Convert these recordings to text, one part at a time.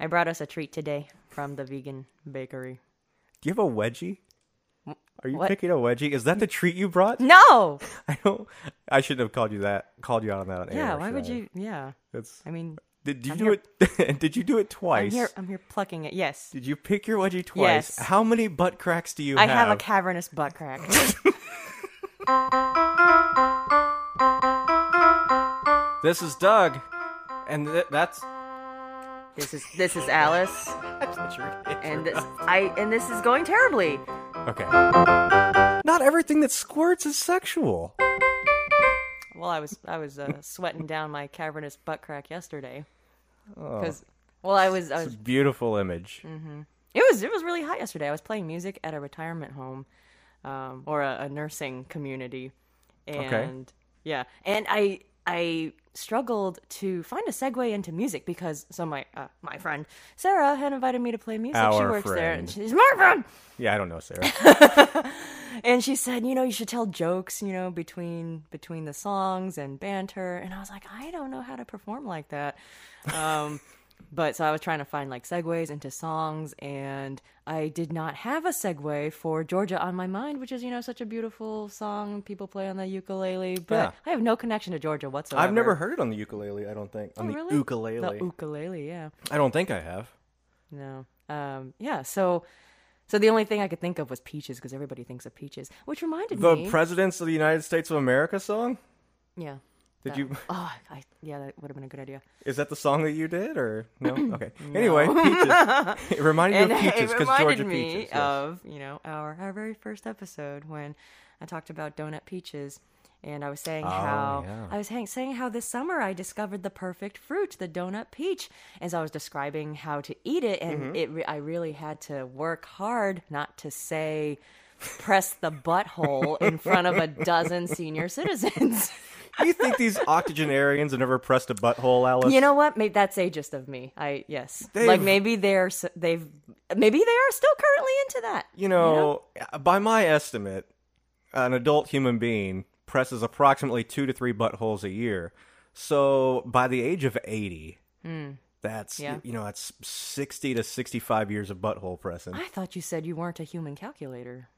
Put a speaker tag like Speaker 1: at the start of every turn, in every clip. Speaker 1: I brought us a treat today from the vegan bakery.
Speaker 2: Do you have a wedgie? Are you
Speaker 1: What?
Speaker 2: picking a wedgie? Is that the treat you brought?
Speaker 1: No.
Speaker 2: I don't. I shouldn't have called you that. Called you out on that. On air,
Speaker 1: Yeah. Why
Speaker 2: should
Speaker 1: would
Speaker 2: I?
Speaker 1: you? Yeah.
Speaker 2: That's.
Speaker 1: I mean,
Speaker 2: Did you
Speaker 1: I'm
Speaker 2: do
Speaker 1: here-
Speaker 2: it? did you do it
Speaker 1: I'm
Speaker 2: twice?
Speaker 1: here. I'm here plucking it. Yes.
Speaker 2: Did you pick your wedgie twice?
Speaker 1: Yes.
Speaker 2: How many butt cracks do you
Speaker 1: I
Speaker 2: have?
Speaker 1: have a cavernous butt crack.
Speaker 3: This is Doug, and th- that's
Speaker 1: this is this is Alice, and this I and this is going terribly.
Speaker 2: okay. Not everything that squirts is sexual.
Speaker 1: Well, I was I was uh, sweating down my cavernous butt crack yesterday because well I was I
Speaker 2: Oh. It's
Speaker 1: was
Speaker 2: a beautiful image.
Speaker 1: Mm. it was it was really hot yesterday. I was playing music at a retirement home um, or a, a nursing community, and yeah, and I I struggled to find a segue into music because so my uh, my friend Sarah had invited me to play music. she
Speaker 2: Our
Speaker 1: works there, and
Speaker 2: friend.
Speaker 1: she's my friend.
Speaker 2: Yeah, I don't know, Sarah.
Speaker 1: and she said, you know, you should tell jokes, you know, between between the songs and banter. And I was like, I don't know how to perform like that. Um, but so I was trying to find like segues into songs, and I did not have a segue for Georgia on my mind, which is you know such a beautiful song people play on the ukulele. But
Speaker 2: Yeah.
Speaker 1: I have no connection to Georgia whatsoever.
Speaker 2: I've never heard it on the ukulele. I don't think on the
Speaker 1: Oh, really?
Speaker 2: ukulele.
Speaker 1: the ukulele, yeah.
Speaker 2: I don't think I have.
Speaker 1: No. Um, yeah. So, so the only thing I could think of was peaches because everybody thinks of peaches, which reminded
Speaker 2: The
Speaker 1: me.
Speaker 2: presidents of the United States of America song.
Speaker 1: yeah.
Speaker 2: Did
Speaker 1: that-
Speaker 2: you?
Speaker 1: Oh, I, yeah, that would have been a good idea.
Speaker 2: Is that the song that you did or no? Okay. Anyway, peaches. it reminded
Speaker 1: And
Speaker 2: me of peaches
Speaker 1: it
Speaker 2: because
Speaker 1: reminded
Speaker 2: Georgia
Speaker 1: me
Speaker 2: peaches. yes.
Speaker 1: of you know our our very first episode when I talked about donut peaches, and I was saying how
Speaker 2: Oh, yeah.
Speaker 1: I was hang- saying how this summer I discovered the perfect fruit, the donut peach, as I was describing how to eat it, and
Speaker 2: Mm-hmm.
Speaker 1: it re- I really had to work hard not to say. Press the butthole in front of a dozen senior citizens.
Speaker 2: you think these octogenarians have never pressed a butthole, Alice?
Speaker 1: You know what? Maybe that's ageist of me. I yes. Like
Speaker 2: They've-
Speaker 1: maybe they're s- they've maybe they are still currently into that.
Speaker 2: You know, by my estimate, an adult human being presses approximately two to three buttholes a year. So by the age of 80, that's,
Speaker 1: Hmm. Yeah.
Speaker 2: you know, that's 60 to 65 years of butthole pressing.
Speaker 1: I thought you said you weren't a human calculator.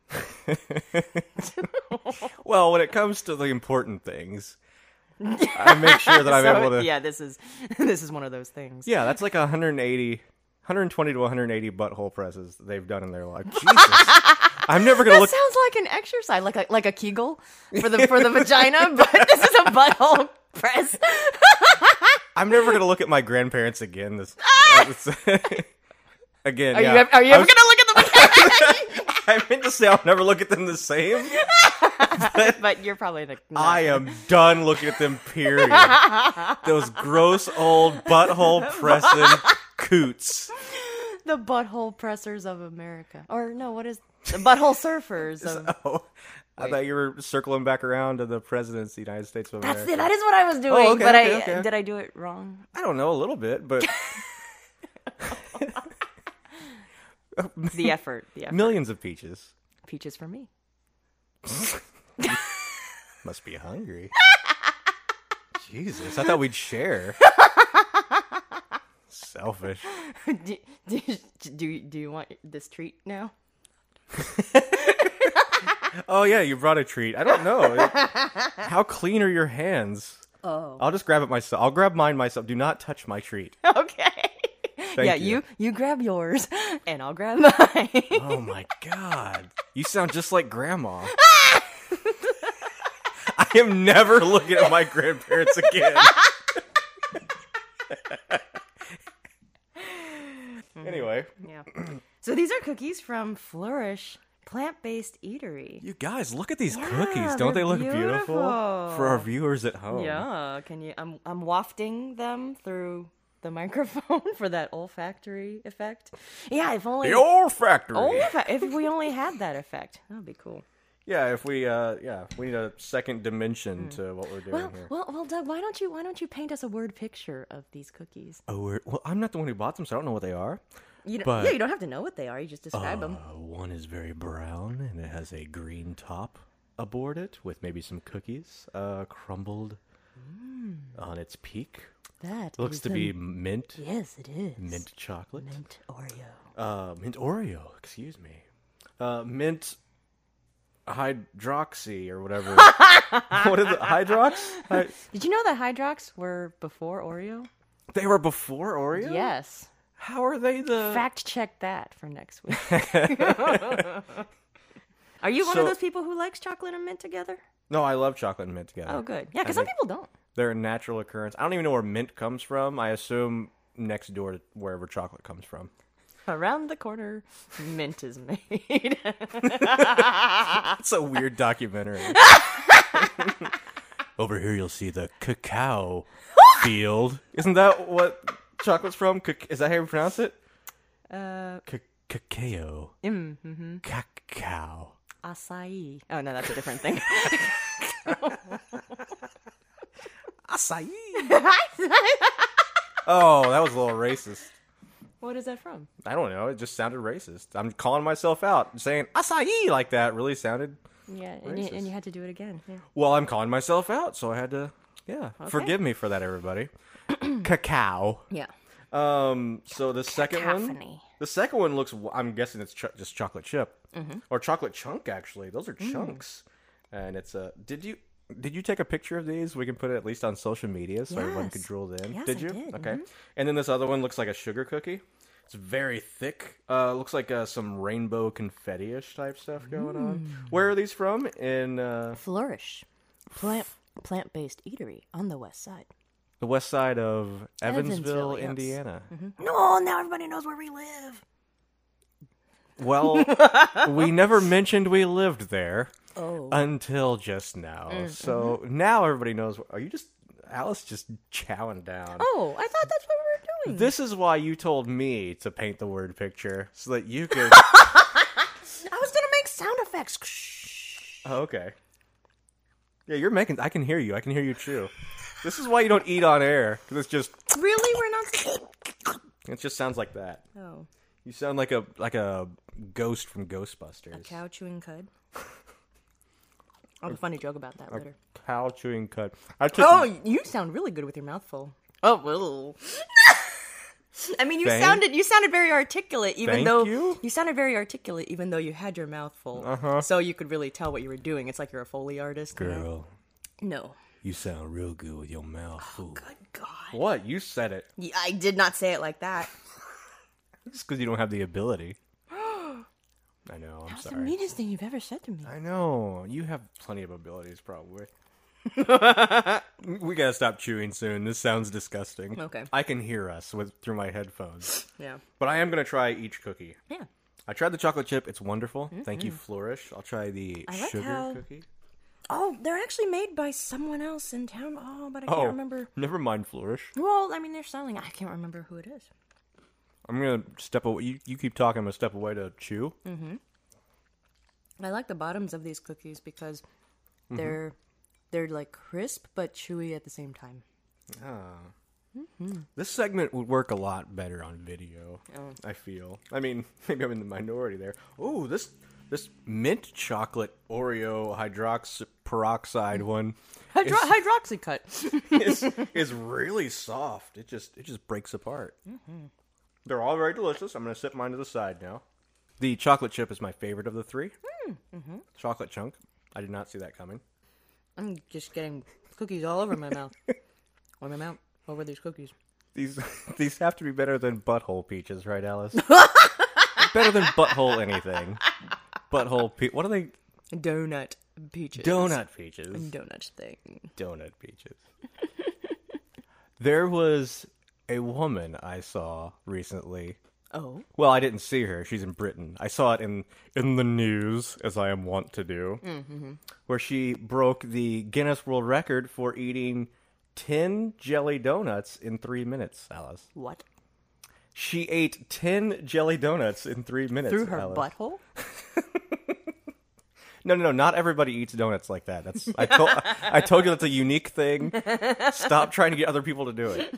Speaker 2: Well, when it comes to the important things, I make sure that I'm
Speaker 1: So,
Speaker 2: able to. Yeah.
Speaker 1: yeah, this is this is one of those things.
Speaker 2: that's like 180, 120 to 180 butthole presses that they've done in their life. Jesus. I'm never going to
Speaker 1: That
Speaker 2: look.
Speaker 1: sounds like an exercise, like a like a Kegel for the for the vagina, but this is a butthole press.
Speaker 2: I'm never gonna look at my grandparents again. This again.
Speaker 1: Are
Speaker 2: yeah.
Speaker 1: you ever, are you
Speaker 2: I
Speaker 1: ever
Speaker 2: was-
Speaker 1: gonna look at the vagina?
Speaker 2: I meant to say I'll never look at them the same.
Speaker 1: but you're probably like, no.
Speaker 2: I am done looking at them. Period. Those gross old butthole pressing coots.
Speaker 1: the butthole pressers of America, or no, what is the butthole surfers? Of,
Speaker 2: Oh, I thought you were circling back around to the presidents of the United States of America.
Speaker 1: that's it. That is what I was doing,
Speaker 2: Oh, okay,
Speaker 1: but
Speaker 2: okay,
Speaker 1: I
Speaker 2: okay.
Speaker 1: did I do it wrong?
Speaker 2: I don't know a little bit, but
Speaker 1: The effort, the effort.
Speaker 2: millions of peaches
Speaker 1: Peaches for me.
Speaker 2: must be hungry. Jesus, I thought we'd share. Selfish.
Speaker 1: do, do, do, do you want this treat now?
Speaker 2: Oh yeah, you brought a treat. I don't know. It- how clean are your hands?
Speaker 1: Oh.
Speaker 2: I'll just grab it myself. I'll grab mine myself. Do not touch my treat.
Speaker 1: Okay. yeah,
Speaker 2: you.
Speaker 1: you you grab yours and I'll grab mine.
Speaker 2: Oh my god. You sound just like grandma. I am never looking at my grandparents again. anyway,
Speaker 1: yeah. So these are cookies from Flourish Plant-Based Eatery.
Speaker 2: you guys look at these
Speaker 1: Yeah,
Speaker 2: cookies. Don't they
Speaker 1: they're
Speaker 2: look beautiful.
Speaker 1: beautiful.
Speaker 2: for our viewers at home?
Speaker 1: Yeah, can you I'm I'm wafting them through the microphone for that olfactory effect. Yeah, if only
Speaker 2: The olfactory.
Speaker 1: olfa- if we only had that effect. That would be cool.
Speaker 2: Yeah, if we uh yeah, we need a second dimension to what we're
Speaker 1: Hmm.
Speaker 2: doing
Speaker 1: Well,
Speaker 2: here.
Speaker 1: well, well, Doug, why don't you why don't you paint us a word picture of these cookies?
Speaker 2: Oh, we're, well, I'm not the one who bought them, so I don't know what they are.
Speaker 1: You don't,
Speaker 2: But-
Speaker 1: yeah, you don't have to know what they are. You just describe them.
Speaker 2: Uh, one is very brown and it has a green top
Speaker 1: Mm.
Speaker 2: aboard it with maybe some cookies uh crumbled on its peak.
Speaker 1: That
Speaker 2: Looks
Speaker 1: is
Speaker 2: to
Speaker 1: a-
Speaker 2: be mint,
Speaker 1: Yes, it is.
Speaker 2: mint chocolate,
Speaker 1: Mint Oreo.
Speaker 2: Uh, mint Oreo. Excuse me, uh, mint hydroxy or whatever. what are the hydrox? Hy-
Speaker 1: Did you know that Hydrox were before Oreo?
Speaker 2: they were before Oreo.
Speaker 1: Yes.
Speaker 2: How are they the?
Speaker 1: Fact check that for next week. Are you one of
Speaker 2: So-
Speaker 1: those people who likes chocolate and mint together?
Speaker 2: no, I love chocolate and mint together.
Speaker 1: Oh, good. Yeah, because
Speaker 2: I
Speaker 1: some people don't.
Speaker 2: They're a natural occurrence. I don't even know where mint comes from. I assume next door to wherever chocolate comes from.
Speaker 1: Around the corner, mint is made.
Speaker 2: That's a weird documentary. Over here, you'll see the cacao field. Isn't that what chocolate's from? Cac- Is that how you pronounce it?
Speaker 1: uh,
Speaker 2: C- cacao.
Speaker 1: mm-hmm.
Speaker 2: Cacao.
Speaker 1: Acai. Oh, no, that's a different thing.
Speaker 2: Acai. oh, that was a little racist.
Speaker 1: what is that from?
Speaker 2: I don't know. It just sounded racist. I'm calling myself out. Saying acai like that really sounded.
Speaker 1: Yeah, and you, and
Speaker 2: Racist.
Speaker 1: you had to do it again. Yeah.
Speaker 2: Well, I'm calling myself out, so I had to. Yeah. Forgive me for that, everybody. cacao.
Speaker 1: yeah.
Speaker 2: Um. So the second one,
Speaker 1: Cacophony.
Speaker 2: the second one looks. I'm guessing it's ch- just chocolate chip
Speaker 1: Mm-hmm.
Speaker 2: or chocolate chunk. Actually, those are
Speaker 1: Mm.
Speaker 2: chunks, and it's a. Did you did you take a picture of these? We can put it at least on social media so everyone can
Speaker 1: Yes.
Speaker 2: drool it in.
Speaker 1: Yes,
Speaker 2: did
Speaker 1: I
Speaker 2: you?
Speaker 1: did, Mm-hmm.
Speaker 2: Okay. And then this other one looks like a sugar cookie. It's very thick. Uh, looks like uh, some rainbow confetti-ish type stuff going on.
Speaker 1: Mm.
Speaker 2: Where are these from? In uh,
Speaker 1: Flourish. Plant plant based eatery on the west side.
Speaker 2: the west side of
Speaker 1: Evansville,
Speaker 2: Evansville,
Speaker 1: yes.
Speaker 2: Indiana.
Speaker 1: No, now everybody knows where we live.
Speaker 2: Well, we never mentioned we lived there.
Speaker 1: Oh. Mm-hmm.
Speaker 2: until just now. So now everybody knows. Are you just Alice just chowing down?
Speaker 1: oh, I thought that's what we were doing.
Speaker 2: This is why you told me to paint the word picture so that you could.
Speaker 1: I was gonna make sound effects.
Speaker 2: oh, okay. Yeah, you're making. I can hear you. I can hear you chew. This is why you don't eat on air because it's just.
Speaker 1: really, we're not.
Speaker 2: It just sounds like that.
Speaker 1: Oh,
Speaker 2: You sound like a like a ghost from Ghostbusters.
Speaker 1: cow chewing cud. I have a funny joke about that later.
Speaker 2: Cow chewing cud. I took.
Speaker 1: Oh, you sound really good with your mouth full. Oh well. I mean, you
Speaker 2: Thank-
Speaker 1: sounded you sounded very articulate, even
Speaker 2: Thank
Speaker 1: though
Speaker 2: you.
Speaker 1: sounded very articulate, even though you had your mouth full. Uh-huh. So you could really tell what you were doing. It's like you're a foley artist. you know?
Speaker 2: Girl,
Speaker 1: No.
Speaker 2: you sound real good with your mouth.
Speaker 1: Oh,
Speaker 2: full.
Speaker 1: Good God.
Speaker 2: What? You said it.
Speaker 1: Yeah, I did not say it like that.
Speaker 2: Just because you don't have the ability. I know. I'm
Speaker 1: That's
Speaker 2: sorry.
Speaker 1: the meanest thing you've ever said to me.
Speaker 2: I know. You have plenty of abilities, probably. we gotta stop chewing soon. This sounds disgusting.
Speaker 1: Okay.
Speaker 2: I can hear us with through my headphones,
Speaker 1: Yeah.
Speaker 2: but I am gonna try each cookie.
Speaker 1: Yeah.
Speaker 2: I tried the chocolate chip. It's wonderful. Thank you, Flourish. I'll try the
Speaker 1: I like
Speaker 2: sugar
Speaker 1: how-
Speaker 2: cookie.
Speaker 1: Oh, they're actually made by someone else in town. Oh, but I can't
Speaker 2: Oh,
Speaker 1: remember.
Speaker 2: never mind, Flourish.
Speaker 1: Well, I mean, they're selling. I can't remember who it is.
Speaker 2: I'm gonna step away. You, you keep talking. I'm gonna step away to chew.
Speaker 1: I like the bottoms of these cookies because they're they're like crisp but chewy at the same time.
Speaker 2: This segment would work a lot better on video.
Speaker 1: Oh.
Speaker 2: I feel. I mean, maybe I'm in the minority there. Oh, this this mint chocolate Oreo hydrox peroxide one
Speaker 1: Hydro- hydroxy cut.
Speaker 2: is is really soft. It just it just breaks apart. They're all very delicious. I'm gonna set mine to the side now. The chocolate chip is my favorite of the 3 Chocolate chunk. I did not see that coming.
Speaker 1: I'm just getting cookies all over my mouth. over my mouth. Over these cookies.
Speaker 2: These these have to be better than butthole peaches, right, Alice? better than butthole anything. Butthole pe- what are they?
Speaker 1: Donut peaches.
Speaker 2: Donut peaches.
Speaker 1: Donut thing.
Speaker 2: Donut peaches. there was a woman I saw recently.
Speaker 1: Oh.
Speaker 2: Well, I didn't see her. She's in Britain. I saw it in in the news, as I am wont to do, where she broke the Guinness World Record for eating ten jelly donuts in three minutes, Alice.
Speaker 1: What?
Speaker 2: She ate 10 jelly donuts in three minutes.
Speaker 1: Through her
Speaker 2: Alice.
Speaker 1: butthole?
Speaker 2: No, no, no. Not everybody eats donuts like that. That's I told I told you that's a unique thing. Stop trying to get other people to do it.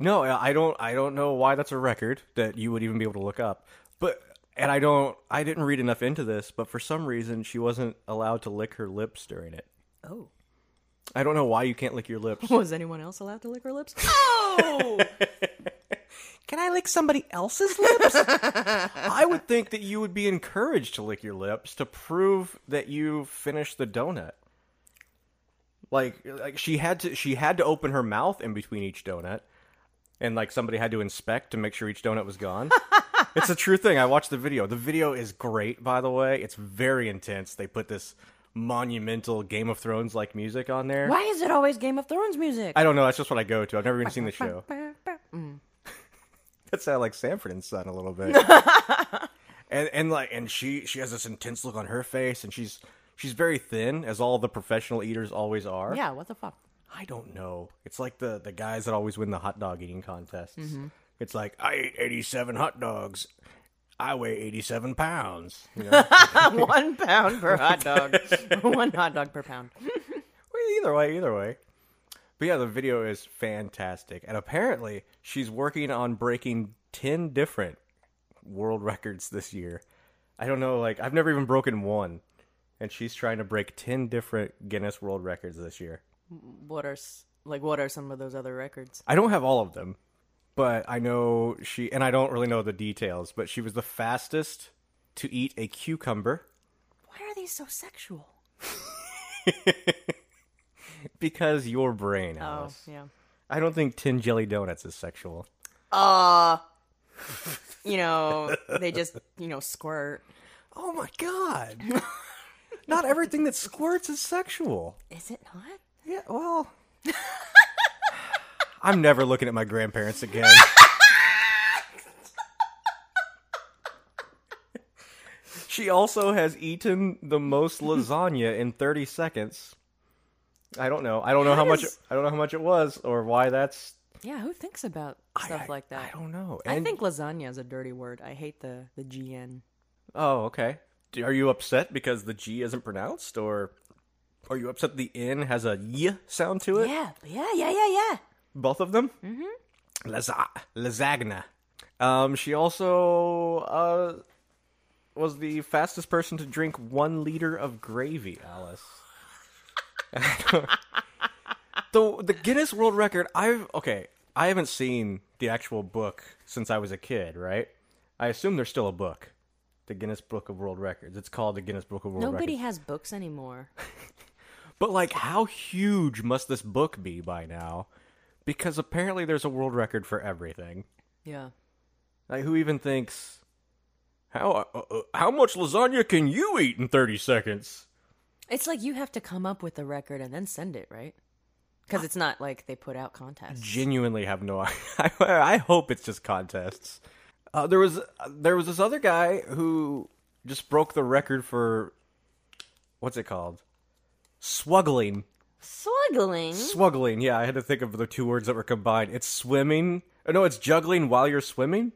Speaker 2: No, I I don't. I don't know why that's a record that you would even be able to look up. But and I don't. I didn't read enough into this. But for some reason, she wasn't allowed to lick her lips during it.
Speaker 1: Oh.
Speaker 2: I don't know why you can't lick your lips.
Speaker 1: Was anyone else allowed to lick her lips? Oh,
Speaker 2: Can I lick somebody else's lips? I would think that you would be encouraged to lick your lips to prove that you finished the donut. Like, like she had to she had to open her mouth in between each donut, and like somebody had to inspect to make sure each donut was gone. it's a true thing. I watched the video. The video is great, by the way. It's very intense. They put this monumental Game of Thrones like music on there.
Speaker 1: why is it always Game of Thrones music?
Speaker 2: I don't know. That's just what I go to. I've never even seen the show. That sounded like Sanford and Son a little bit. and and like and she she has this intense look on her face, and she's she's very thin, as all the professional eaters always are.
Speaker 1: Yeah, what the fuck?
Speaker 2: I don't know. It's like the the guys that always win the hot dog eating contests. It's like I ate eighty seven hot dogs. I weigh eighty seven pounds. You know?
Speaker 1: One pound per hot dog. One hot dog per pound.
Speaker 2: Well, either way, either way. But yeah, the video is fantastic, and apparently she's working on breaking ten different world records this year. I don't know, like I've never even broken one, and she's trying to break ten different Guinness World Records this year.
Speaker 1: What are s- like what are some of those other records?
Speaker 2: I don't have all of them, but I know she, and I don't really know the details, but she was the fastest to eat a cucumber
Speaker 1: Why are these so sexual?
Speaker 2: because your brain,
Speaker 1: Oh,
Speaker 2: Alice.
Speaker 1: yeah.
Speaker 2: I don't think tin jelly donuts is sexual.
Speaker 1: Uh you know, they just, you know, squirt.
Speaker 2: Oh my god. Not everything that squirts is sexual.
Speaker 1: Is it not?
Speaker 2: Yeah, well. I'm never looking at my grandparents again. she also has eaten the most lasagna in 30 seconds. I don't know. I don't know how much
Speaker 1: does-
Speaker 2: I don't know how much it was or why that's
Speaker 1: Yeah, who thinks about stuff
Speaker 2: I-
Speaker 1: like that?
Speaker 2: I don't know.
Speaker 1: I
Speaker 2: And-
Speaker 1: think lasagna is a dirty word. I hate the the GN.
Speaker 2: Oh, okay. Do- Are you upset because the G isn't pronounced, or are you upset the N has a Y sound to it?
Speaker 1: Yeah, yeah, yeah, yeah, yeah.
Speaker 2: Both of them. Mm-hmm. Laza- lasagna. Um, she also uh, was the fastest person to drink one liter of gravy, Alice. the the Guinness World Record. I've okay. I haven't seen the actual book since I was a kid, right? I assume there's still a book, the Guinness Book of World Records. It's called the Guinness Book of World
Speaker 1: Nobody
Speaker 2: Records.
Speaker 1: has books anymore.
Speaker 2: But like, how huge must this book be by now? Because apparently, there's a world record for everything.
Speaker 1: Yeah.
Speaker 2: Like, who even thinks how uh, uh, how much lasagna can you eat in thirty seconds?
Speaker 1: It's like you have to come up with the record and then send it, right? Because it's not like they put out contests.
Speaker 2: Genuinely have no. I, I hope it's just contests. Uh, there was there was this other guy who just broke the record for what's it called? Swuggling.
Speaker 1: Swaggling.
Speaker 2: Swuggling. Yeah, I had to think of the two words that were combined. It's swimming. Oh, no, it's juggling while you're swimming.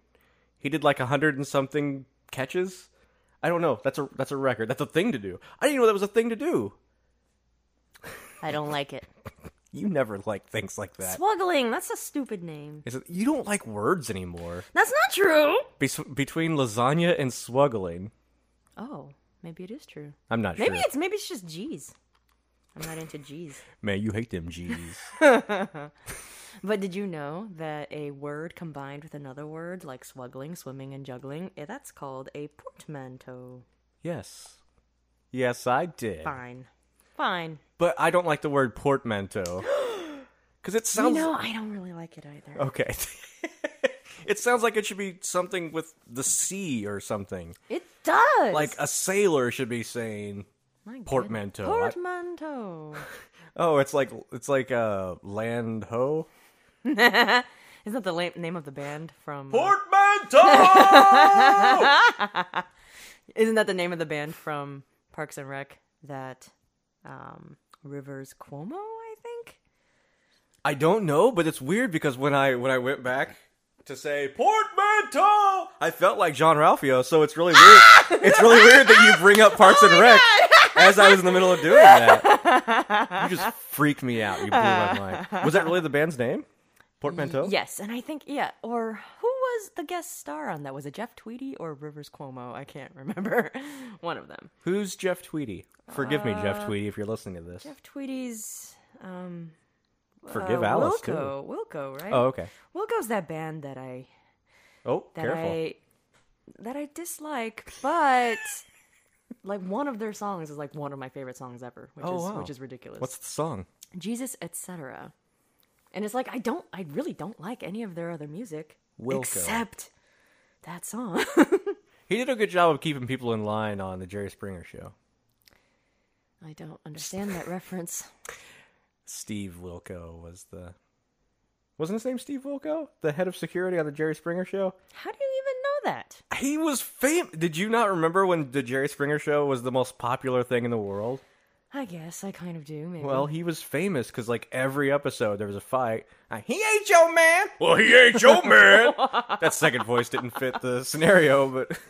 Speaker 2: He did like a hundred and something catches. I don't know. That's a that's a record. That's a thing to do. I didn't even know that was a thing to do.
Speaker 1: I don't like it.
Speaker 2: You never like things like that.
Speaker 1: Swaggling. That's a stupid name.
Speaker 2: Is it, you don't like words anymore.
Speaker 1: That's not true.
Speaker 2: Bes between lasagna and swuggling,
Speaker 1: Oh, maybe it is true.
Speaker 2: I'm not
Speaker 1: Maybe
Speaker 2: sure.
Speaker 1: it's maybe it's just G's. I'm not into G's.
Speaker 2: Man, you hate them G's.
Speaker 1: But did you know that a word combined with another word, like swaggling, swimming, and juggling, eh, that's called a portmanteau?
Speaker 2: yes, yes, I did.
Speaker 1: Fine. Fine.
Speaker 2: But I don't like the word portmanteau because it
Speaker 1: You
Speaker 2: sounds.
Speaker 1: know, I don't really like it either.
Speaker 2: Okay. it sounds like it should be something with the sea or something.
Speaker 1: It does.
Speaker 2: Like a sailor should be saying,
Speaker 1: My goodness.
Speaker 2: portmanteau. I-
Speaker 1: Portmanteau.
Speaker 2: "Oh, it's like it's like uh, land ho."
Speaker 1: Isn't that the la- name of the band from? uh,
Speaker 2: Portmanteau.
Speaker 1: isn't that the name of the band from Parks and Rec? That um, Rivers Cuomo, I think.
Speaker 2: I don't know, but it's weird because when I when I went back to say portmanteau, I felt like John Ralphio. So it's really weird. it's really weird that you bring up
Speaker 1: Oh
Speaker 2: Parks and Rec as I was in the middle of doing that. You just freaked me out. You blew my mind. Was that really the band's name? Portmanteau.
Speaker 1: Yes, and I think yeah. Or who was the guest star on that? Was it Jeff Tweedy or Rivers Cuomo? I can't remember. One of them. Uh,
Speaker 2: Who's Jeff Tweedy? Forgive me, Jeff Tweedy, if you're listening to this.
Speaker 1: Jeff Tweedy's.
Speaker 2: Forgive
Speaker 1: uh,
Speaker 2: Alice too.
Speaker 1: Wilco, Wilco, right?
Speaker 2: Oh, okay.
Speaker 1: Wilco's that band that I
Speaker 2: Oh,
Speaker 1: that
Speaker 2: careful.
Speaker 1: I that I dislike, but like one of their songs is like one of my favorite songs ever, which
Speaker 2: Oh,
Speaker 1: is
Speaker 2: wow.
Speaker 1: which is ridiculous.
Speaker 2: What's the song?
Speaker 1: Jesus, etc. And it's like I don't, I really don't like any of their other music
Speaker 2: Wilco.
Speaker 1: except that song.
Speaker 2: He did a good job of keeping people in line on the Jerry Springer show.
Speaker 1: I don't understand that reference.
Speaker 2: Steve Wilco was the wasn't his name Steve Wilco, the head of security on the Jerry Springer show.
Speaker 1: How do you even know that?
Speaker 2: He was famous. Did you not remember when the Jerry Springer show was the most popular thing in the world?
Speaker 1: I guess I kind of do. Maybe.
Speaker 2: Well, he was famous because like every episode there was a fight. Uh, he ain't your man. Well, he ain't your man. that second voice didn't fit the scenario, but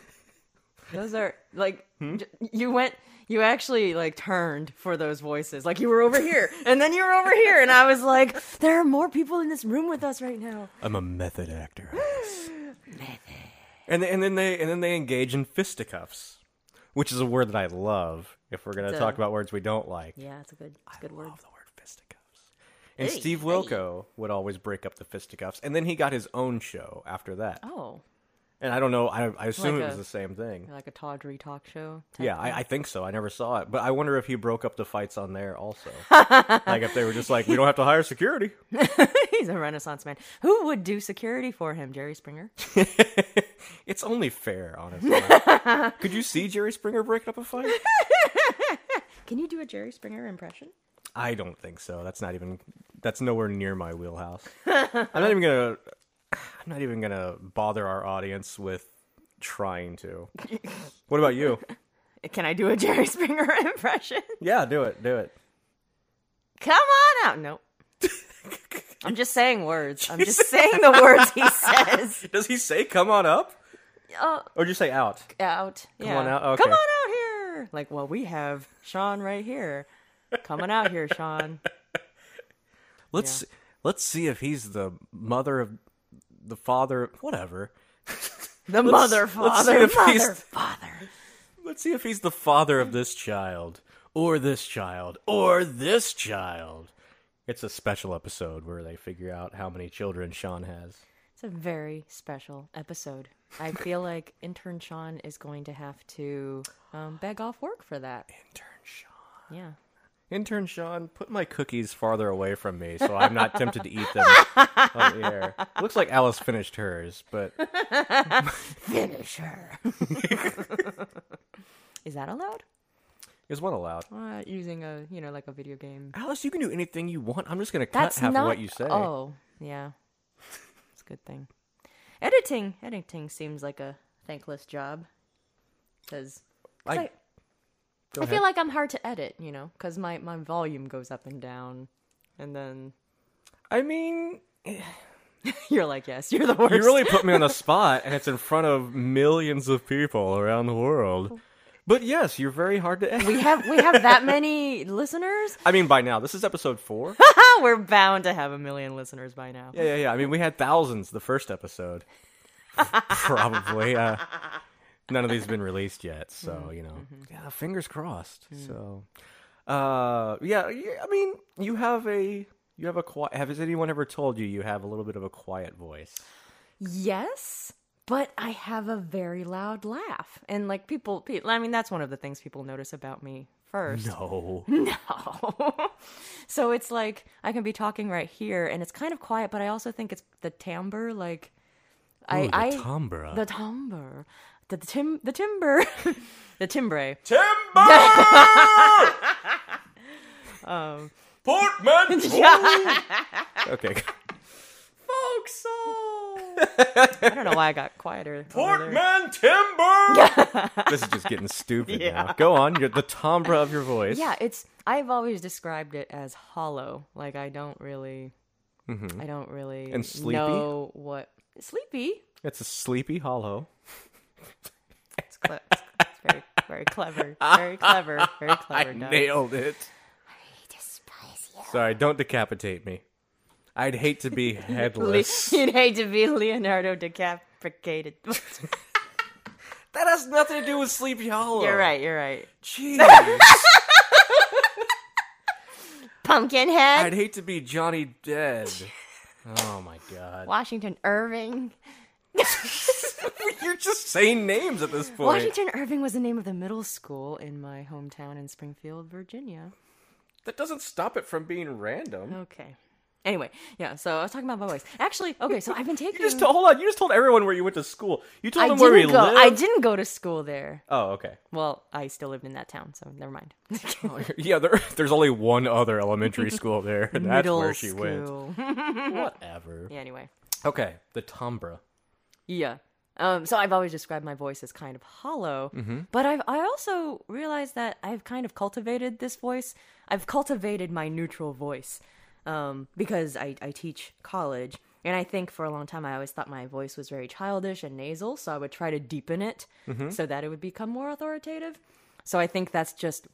Speaker 1: those are like j- you went, you actually like turned for those voices. Like you were over here, and then you were over here, and I was like, there are more people in this room with us right now.
Speaker 2: I'm a method actor. and and then they and then they engage in fisticuffs, which is a word that I love. If we're gonna
Speaker 1: It's a-
Speaker 2: talk about words we don't like,
Speaker 1: Yeah, it's a good, it's a good word.
Speaker 2: love the word fisticuffs. And
Speaker 1: Hey,
Speaker 2: Steve
Speaker 1: hey.
Speaker 2: Wilco would always break up the fisticuffs, and then he got his own show after that.
Speaker 1: Oh,
Speaker 2: And I don't know. I, I assume
Speaker 1: Like
Speaker 2: it was
Speaker 1: a-
Speaker 2: the same thing.
Speaker 1: like a tawdry talk show. type
Speaker 2: Yeah,
Speaker 1: thing?
Speaker 2: I, I think so. I never saw it, but I wonder if he broke up the fights on there also. like if they were just like, we don't have to hire security.
Speaker 1: He's a Renaissance man. Who would do security for him? Jerry Springer?
Speaker 2: It's only fair, honestly. Could you see Jerry Springer breaking up a fight?
Speaker 1: Can you do a Jerry Springer impression?
Speaker 2: I don't think so. That's not even. That's nowhere near my wheelhouse. I'm not even gonna. I'm not even gonna bother our audience with trying to. What about you?
Speaker 1: Can I do a Jerry Springer impression?
Speaker 2: Yeah, do it. Do it.
Speaker 1: Come on out. Nope. I'm just saying words. I'm just saying the words he says.
Speaker 2: Does he say "come on up"
Speaker 1: Oh,
Speaker 2: or did you say "out"?
Speaker 1: out. Come
Speaker 2: on out? Okay.
Speaker 1: Come on out here. Like, well, we have Sean right here. Coming out here, Sean.
Speaker 2: Let's let's see if he's the mother of the father. Whatever.
Speaker 1: The mother,
Speaker 2: let's
Speaker 1: father,
Speaker 2: see if
Speaker 1: mother,
Speaker 2: he's-
Speaker 1: father.
Speaker 2: Let's see if he's the father of this child, or this child, or this child. It's a special episode where they figure out how many children Sean has.
Speaker 1: It's a very special episode. I feel like intern Sean is going to have to um, beg off work for that.
Speaker 2: Intern Sean.
Speaker 1: Yeah.
Speaker 2: Intern Sean, put my cookies farther away from me so I'm not tempted to eat them on the air. Looks like Alice finished hers, but
Speaker 1: Finish her. is that allowed?
Speaker 2: is one allowed?
Speaker 1: Uh, using a you know like a video game.
Speaker 2: Alice, you can do anything you want. I'm just going to cut
Speaker 1: That's
Speaker 2: half
Speaker 1: not
Speaker 2: of what you say.
Speaker 1: Oh yeah, it's a good thing. Editing, editing seems like a thankless job because
Speaker 2: I-
Speaker 1: I,
Speaker 2: Go
Speaker 1: I
Speaker 2: ahead.
Speaker 1: feel like I'm hard to edit, you know, because my my volume goes up and down, and then
Speaker 2: I mean,
Speaker 1: you're like, yes, you're the worst.
Speaker 2: You really put me on the spot, and it's in front of millions of people around the world. But yes, you're very hard to.
Speaker 1: we have we have that many listeners.
Speaker 2: I mean, by now this is episode four.
Speaker 1: Oh, We're bound to have a million listeners by now.
Speaker 2: yeah, yeah, yeah. I mean, we had thousands the first episode. Probably. Uh, none of these have been released yet, so you know. Yeah, fingers crossed. So, uh, yeah, yeah, I mean, you have a you have a quiet. Has anyone ever told you you have a little bit of a quiet voice?
Speaker 1: Yes, but I have a very loud laugh. And like people, pe- I mean, that's one of the things people notice about me first.
Speaker 2: No.
Speaker 1: No. so it's like I can be talking right here and it's kind of quiet, but I also think it's the timbre. Like, I,
Speaker 2: Ooh, the
Speaker 1: I,
Speaker 2: timbre.
Speaker 1: the timbre, the, tim, the timbre, the timbre. Um,
Speaker 2: okay.
Speaker 1: Folk song. I don't know why I got quieter. over there.
Speaker 2: Timber. this is just getting stupid now. Go on, you're the timbre of your voice.
Speaker 1: Yeah, it's I've always described it as hollow. Like I don't really, I don't really
Speaker 2: Mm-hmm. And sleepy?
Speaker 1: know what sleepy.
Speaker 2: It's a sleepy hollow.
Speaker 1: It's, cle- it's very very clever, very clever, very clever. Doug.
Speaker 2: Nailed it. Sorry, don't decapitate me. I'd hate to be headless.
Speaker 1: You'd hate to be Leonardo DiCapricated.
Speaker 2: that has nothing to do with Sleepy Hollow.
Speaker 1: you're right. You're right.
Speaker 2: Jeez.
Speaker 1: Pumpkinhead,
Speaker 3: I'd hate to be Johnny Dead.
Speaker 2: Oh my god.
Speaker 1: Washington Irving.
Speaker 3: You're just saying names at this point.
Speaker 1: Washington Irving was the name of the middle school in my hometown in Springfield, Virginia.
Speaker 2: That doesn't stop it from being random.
Speaker 1: Okay. Anyway, yeah. So I was talking about my voice. Actually, okay. So I've been taking.
Speaker 2: You just told, hold on. You just told everyone where you went to school. You told
Speaker 1: I
Speaker 2: them where you
Speaker 1: didn't go. I
Speaker 2: lived.
Speaker 1: didn't go to school there.
Speaker 2: oh, okay.
Speaker 1: Well, I still lived in that town, so never mind.
Speaker 2: Oh, Yeah, there, there's only one other elementary school there, and that's
Speaker 1: Middle
Speaker 2: where she went.
Speaker 1: school.
Speaker 2: Mm-hmm. Whatever.
Speaker 1: yeah. Anyway.
Speaker 2: Okay, the Tumbra.
Speaker 1: Yeah. Um, so I've always described my voice as kind of hollow, but I've I also realized that I've kind of cultivated this voice. I've cultivated my neutral voice um, because I, I teach college, and I think for a long time I always thought my voice was very childish and nasal, so I would try to deepen it so that it would become more authoritative. So I think that's just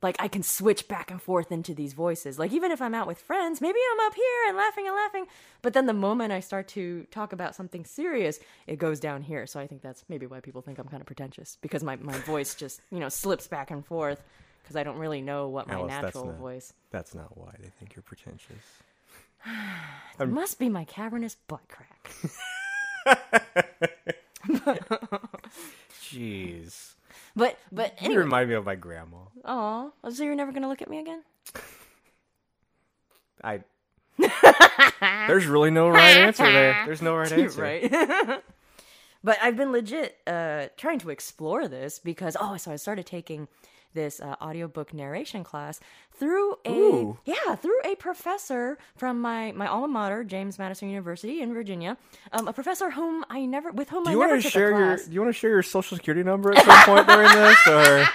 Speaker 1: like I can switch back and forth into these voices. Like even if I'm out with friends, maybe I'm up here and laughing and laughing, but then the moment I start to talk about something serious, it goes down here. So I think that's maybe why people think I'm kind of pretentious because my my voice just, you know, slips back and forth because I don't really know what my
Speaker 2: Alice, that's
Speaker 1: natural
Speaker 2: not-
Speaker 1: voice.
Speaker 2: That's not why they think you're pretentious.
Speaker 1: It must be my cavernous butt crack.
Speaker 2: Jeez.
Speaker 1: But but
Speaker 2: You
Speaker 1: anyway,
Speaker 2: remind me of my grandma.
Speaker 1: oh, so you're never going to look at me again?
Speaker 2: I. There's really no right answer there. There's no right answer.
Speaker 1: Right. but I've been legit uh, trying to explore this because oh, so I started taking this uh, audiobook narration class through a
Speaker 2: Ooh.
Speaker 1: yeah through a professor from my my alma mater James Madison University in Virginia, um, a professor whom I never with whom
Speaker 2: Do
Speaker 1: I
Speaker 2: you
Speaker 1: never
Speaker 2: want to
Speaker 1: took
Speaker 2: share
Speaker 1: a
Speaker 2: your
Speaker 1: class.
Speaker 2: Do you want to share your social security number at some point during this, or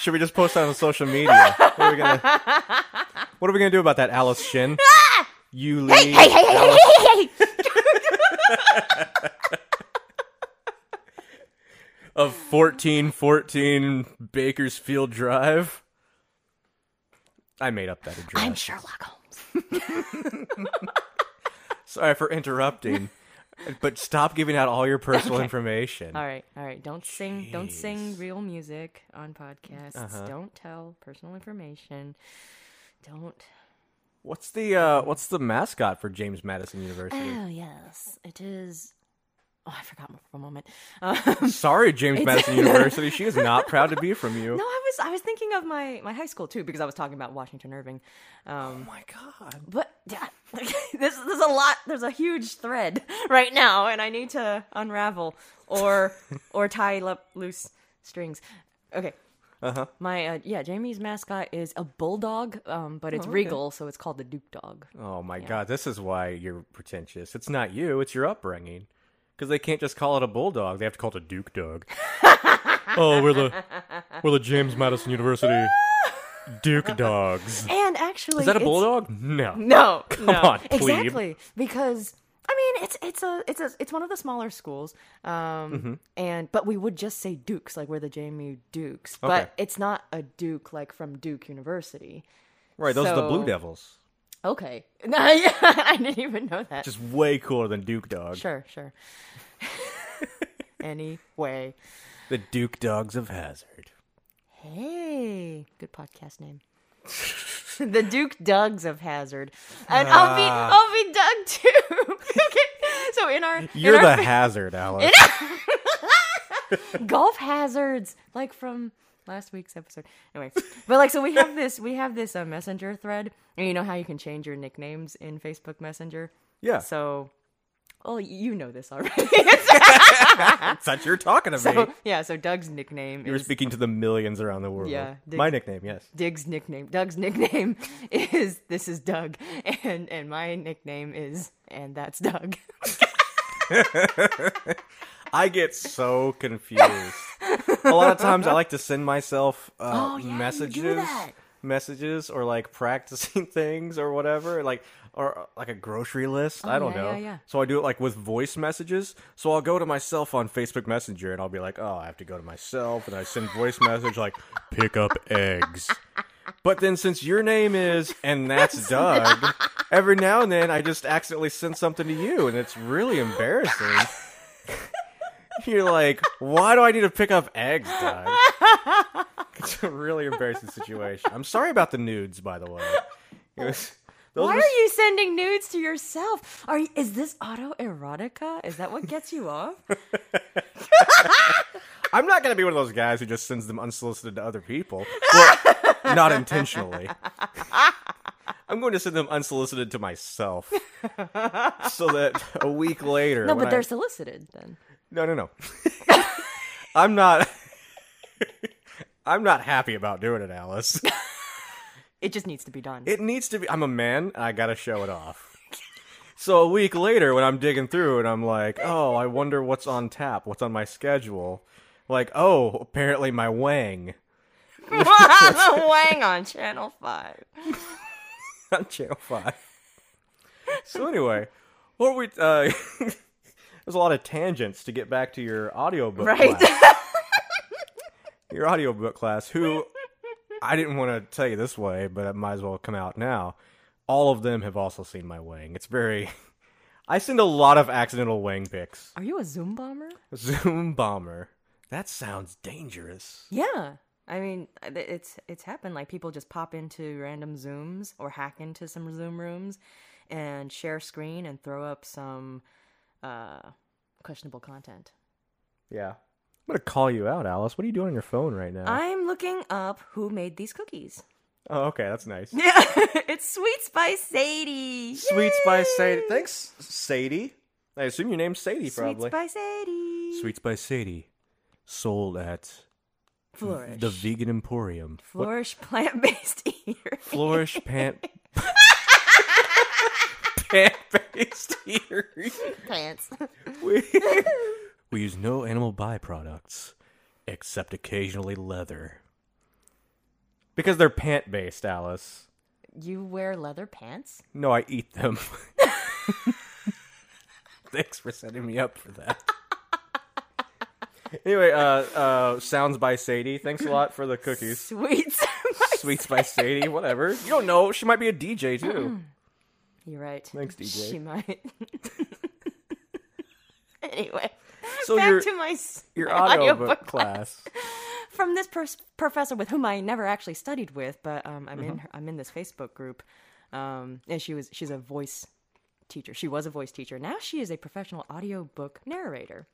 Speaker 2: should we just post that on social media? What are we gonna What are we gonna do about that, Alice Shin? You leave.
Speaker 1: Hey, hey, hey, hey, hey, hey, hey.
Speaker 2: of 1414 Bakersfield Drive. I made up that address.
Speaker 1: I'm Sherlock Holmes.
Speaker 2: Sorry for interrupting. but stop giving out all your personal information.
Speaker 1: All right, all right. Don't sing. Don't sing real music on podcasts. Don't tell personal information. Don't
Speaker 2: What's the uh what's the mascot for James Madison University?
Speaker 1: Oh yes, it is. Oh, I forgot mo- for a moment. Um,
Speaker 2: Sorry James Madison University, she is not proud to be from you.
Speaker 1: no, I was I was thinking of my my high school too because I was talking about Washington Irving. Um,
Speaker 2: Oh my god.
Speaker 1: but yeah, this there's a lot. There's a huge thread right now, and I need to unravel or or tie up loose strings. Okay.
Speaker 2: Uh-huh.
Speaker 1: Uh huh. My uh, yeah, Jamie's mascot is a bulldog, um, but it's regal, so it's called the Duke Dog.
Speaker 2: Oh my god, this is why you're pretentious. It's not you, it's your upbringing. Because they can't just call it a bulldog; they have to call it a Duke dog. oh, we're the we're the James Madison University Duke dogs.
Speaker 1: And actually,
Speaker 2: Is that a
Speaker 1: it's-
Speaker 2: bulldog? No.
Speaker 1: No, no.
Speaker 2: on, plebe.
Speaker 1: exactly because I mean it's it's a it's a it's one of the smaller schools, um,
Speaker 2: Mm-hmm.
Speaker 1: and but we would just say Dukes like we're the JMU Dukes,
Speaker 2: Okay.
Speaker 1: but it's not a Duke like from Duke University.
Speaker 2: Right, those are the Blue
Speaker 1: So-
Speaker 2: Devils.
Speaker 1: Okay, I didn't even know that.
Speaker 2: Just way cooler than Duke dog.
Speaker 1: sure, sure. anyway,
Speaker 2: The Duke dogs of Hazard.
Speaker 1: hey, good podcast name. the Duke Dugs of Hazard, and I'll be
Speaker 2: Ah.
Speaker 1: I'll be Doug too. okay, so in our
Speaker 2: You're
Speaker 1: in our
Speaker 2: the Hazard, Alice.
Speaker 1: golf hazards like from last week's episode anyway but like so we have this we have this uh, messenger thread and you know how you can change your nicknames in facebook messenger
Speaker 2: Yeah,
Speaker 1: so well you know this already
Speaker 2: that's what you're talking to me.
Speaker 1: so, yeah so doug's nickname
Speaker 2: You're
Speaker 1: is
Speaker 2: speaking to the millions around the world.
Speaker 1: Yeah, Duke-
Speaker 2: my nickname, yes.
Speaker 1: dig's nickname doug's nickname is this is doug and and my nickname is and that's doug
Speaker 2: I get so confused. a lot of times I like to send myself uh,
Speaker 1: Oh, yeah, you do
Speaker 2: messages
Speaker 1: that.
Speaker 2: messages or like practicing things or whatever like or uh, like a grocery list i don't
Speaker 1: Oh, yeah,
Speaker 2: know
Speaker 1: yeah, yeah.
Speaker 2: so i do it like with voice messages so i'll go to myself on facebook messenger and i'll be like oh i have to go to myself and i send voice message like pick up eggs but then since your name is and that's doug every now and then i just accidentally send something to you and it's really embarrassing you're like, why do I need to pick up eggs, Doug? It's a really embarrassing situation. I'm sorry about the nudes, by the way. It was- those
Speaker 1: Why
Speaker 2: were-
Speaker 1: are you sending nudes to yourself? Are you, is this autoerotica? Is that what gets you off?
Speaker 2: I'm not gonna be one of those guys who just sends them unsolicited to other people. Well, not intentionally. I'm going to send them unsolicited to myself, so that a week later.
Speaker 1: No,
Speaker 2: when
Speaker 1: but
Speaker 2: I-
Speaker 1: they're solicited then.
Speaker 2: No, no, no. I'm not. I'm not happy about doing it, Alice.
Speaker 1: It just needs to be done.
Speaker 2: It needs to be. I'm a man. And I gotta show it off. So a week later, when I'm digging through and I'm like, oh, I wonder what's on tap, what's on my schedule. Like, oh, apparently my wang
Speaker 1: Wang on Channel 5.
Speaker 2: on Channel Five. So anyway, what were we? Uh, there's a lot of tangents to get back to your audiobook,
Speaker 1: Right?
Speaker 2: class- your audiobook class. Who I didn't want to tell you this way, but it might as well come out now. All of them have also seen my wang. It's very. I send a lot of accidental wang pics.
Speaker 1: Are you a Zoom bomber?
Speaker 2: Zoom bomber. That sounds dangerous.
Speaker 1: Yeah. I mean, th- it's it's happened. Like people just pop into random Zooms or hack into some Zoom rooms and share screen and throw up some uh, questionable content.
Speaker 2: Yeah. I'm gonna call you out, Alice. What are you doing on your phone right now?
Speaker 1: I'm looking up who made these cookies.
Speaker 2: oh, okay, that's nice.
Speaker 1: Yeah, it's Sweets by Sadie.
Speaker 2: Sweets by Sadie. Thanks, Sadie. I assume your name's Sadie, probably.
Speaker 1: Sweets by Sadie.
Speaker 2: Sweets by Sadie. Sold at
Speaker 1: Flourish.
Speaker 2: the Vegan Emporium.
Speaker 1: Flourish plant based eater.
Speaker 2: Flourish Pant. Pant based eatery.
Speaker 1: Plants.
Speaker 2: We, we use no animal byproducts except occasionally leather. Because they're pant based, Alice.
Speaker 1: You wear leather pants?
Speaker 2: No, I eat them. Thanks for setting me up for that. anyway, uh, uh, Sounds by Sadie. Thanks a lot for the cookies.
Speaker 1: Sweets.
Speaker 2: Sweets by Sadie, whatever. You don't know. She might be a DJ,
Speaker 1: Mm.
Speaker 2: too.
Speaker 1: You're right.
Speaker 2: Thanks, DJ.
Speaker 1: She might. anyway,
Speaker 2: So
Speaker 1: back
Speaker 2: your-
Speaker 1: to my, s-
Speaker 2: Your
Speaker 1: my
Speaker 2: audiobook class.
Speaker 1: from this pers- professor with whom I never actually studied with, but um, I'm
Speaker 2: Mm-hmm.
Speaker 1: in her, I'm in this Facebook group, um, and she was she's a voice teacher. She was a voice teacher. Now she is a professional audiobook narrator.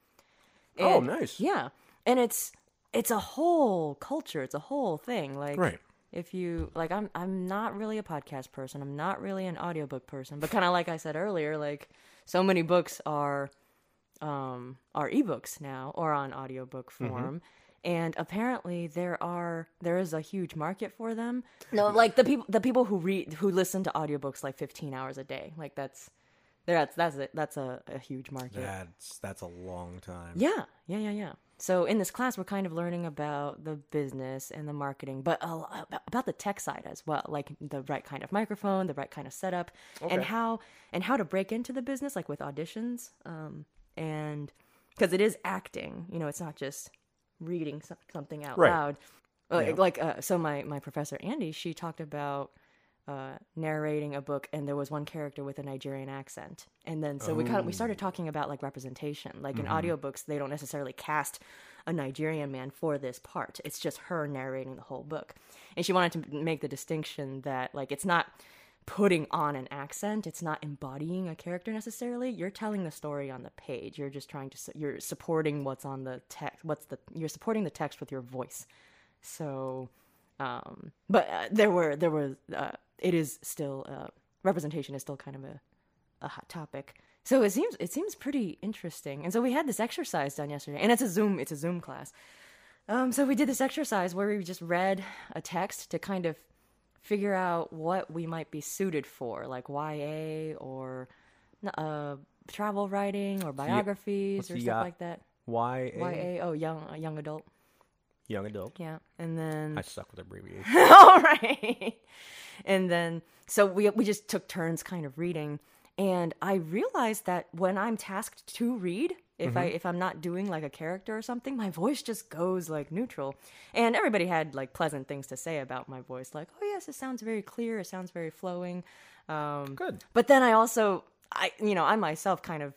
Speaker 2: Oh,
Speaker 1: And-
Speaker 2: nice.
Speaker 1: Yeah, and it's it's a whole culture. It's a whole thing. Like
Speaker 2: Right.
Speaker 1: If you like, I'm I'm not really a podcast person. I'm not really an audiobook person. But kind of like I said earlier, like so many books are um, are ebooks now or on audiobook form. And apparently there are there is a huge market for them. No, like the people the people who read who listen to audiobooks like 15 hours a day. Like that's that's that's a, that's a, a huge market.
Speaker 2: That's, that's a long time.
Speaker 1: Yeah, yeah, yeah, yeah. So in this class, we're kind of learning about the business and the marketing, but a lo- ab- about the tech side as well, like the right kind of microphone, the right kind of setup, and how and how to break into the business, like with auditions, um, and because it is acting, you know, it's not just reading so- something out
Speaker 2: Right.
Speaker 1: loud. Uh, Like uh, so, my my professor Andy, she talked about uh, narrating a book, and there was one character with a Nigerian accent, and then so we kind of we started talking about like representation. Like in audiobooks, they don't necessarily cast a Nigerian man for this part; it's just her narrating the whole book. And she wanted to make the distinction that like it's not putting on an accent; it's not embodying a character necessarily. You're telling the story on the page. You're just trying to su- you're supporting what's on the text. What's the you're supporting the text with your voice. So um but uh, there were there were uh, it is still uh, representation is still kind of a, a hot topic so it seems it seems pretty interesting and so we had this exercise done yesterday and it's a zoom it's a zoom class um so we did this exercise where we just read a text to kind of figure out what we might be suited for like ya or uh travel writing or biographies or
Speaker 2: the,
Speaker 1: stuff
Speaker 2: uh,
Speaker 1: like that
Speaker 2: Why? a
Speaker 1: ya oh young uh, young adult
Speaker 2: Young adult.
Speaker 1: yeah and then
Speaker 2: I suck with abbreviations.
Speaker 1: all right. And then so we we just took turns kind of reading and I realized that when I'm tasked to read if I if I'm not doing like a character or something, my voice just goes like neutral. And everybody had like pleasant things to say about my voice, like, "Oh yes, it sounds very clear, it sounds very flowing." Um,
Speaker 2: Good.
Speaker 1: But then I also, I you know, I myself kind of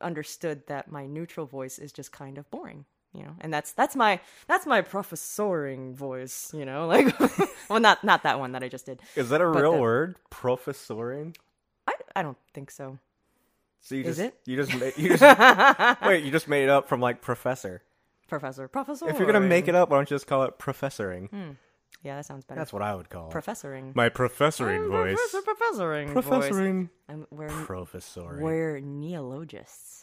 Speaker 1: understood that my neutral voice is just kind of boring. you know and that's that's my that's my professoring voice you know like well not not that one that i just did
Speaker 2: Is that a real
Speaker 1: the-
Speaker 2: word? Professoring?
Speaker 1: i, I don't think so
Speaker 2: So you
Speaker 1: Is
Speaker 2: just
Speaker 1: it?
Speaker 2: you just made you just wait you just made it up from like professor.
Speaker 1: professor professor
Speaker 2: If you're gonna make it up, why don't you just call it professoring?
Speaker 1: Hmm. yeah that sounds better
Speaker 2: That's what I would call it.
Speaker 1: professoring
Speaker 2: My professoring voice.
Speaker 1: professor professoring voice.
Speaker 2: Professoring.
Speaker 1: I'm, we're
Speaker 2: Professoring.
Speaker 1: we're neologists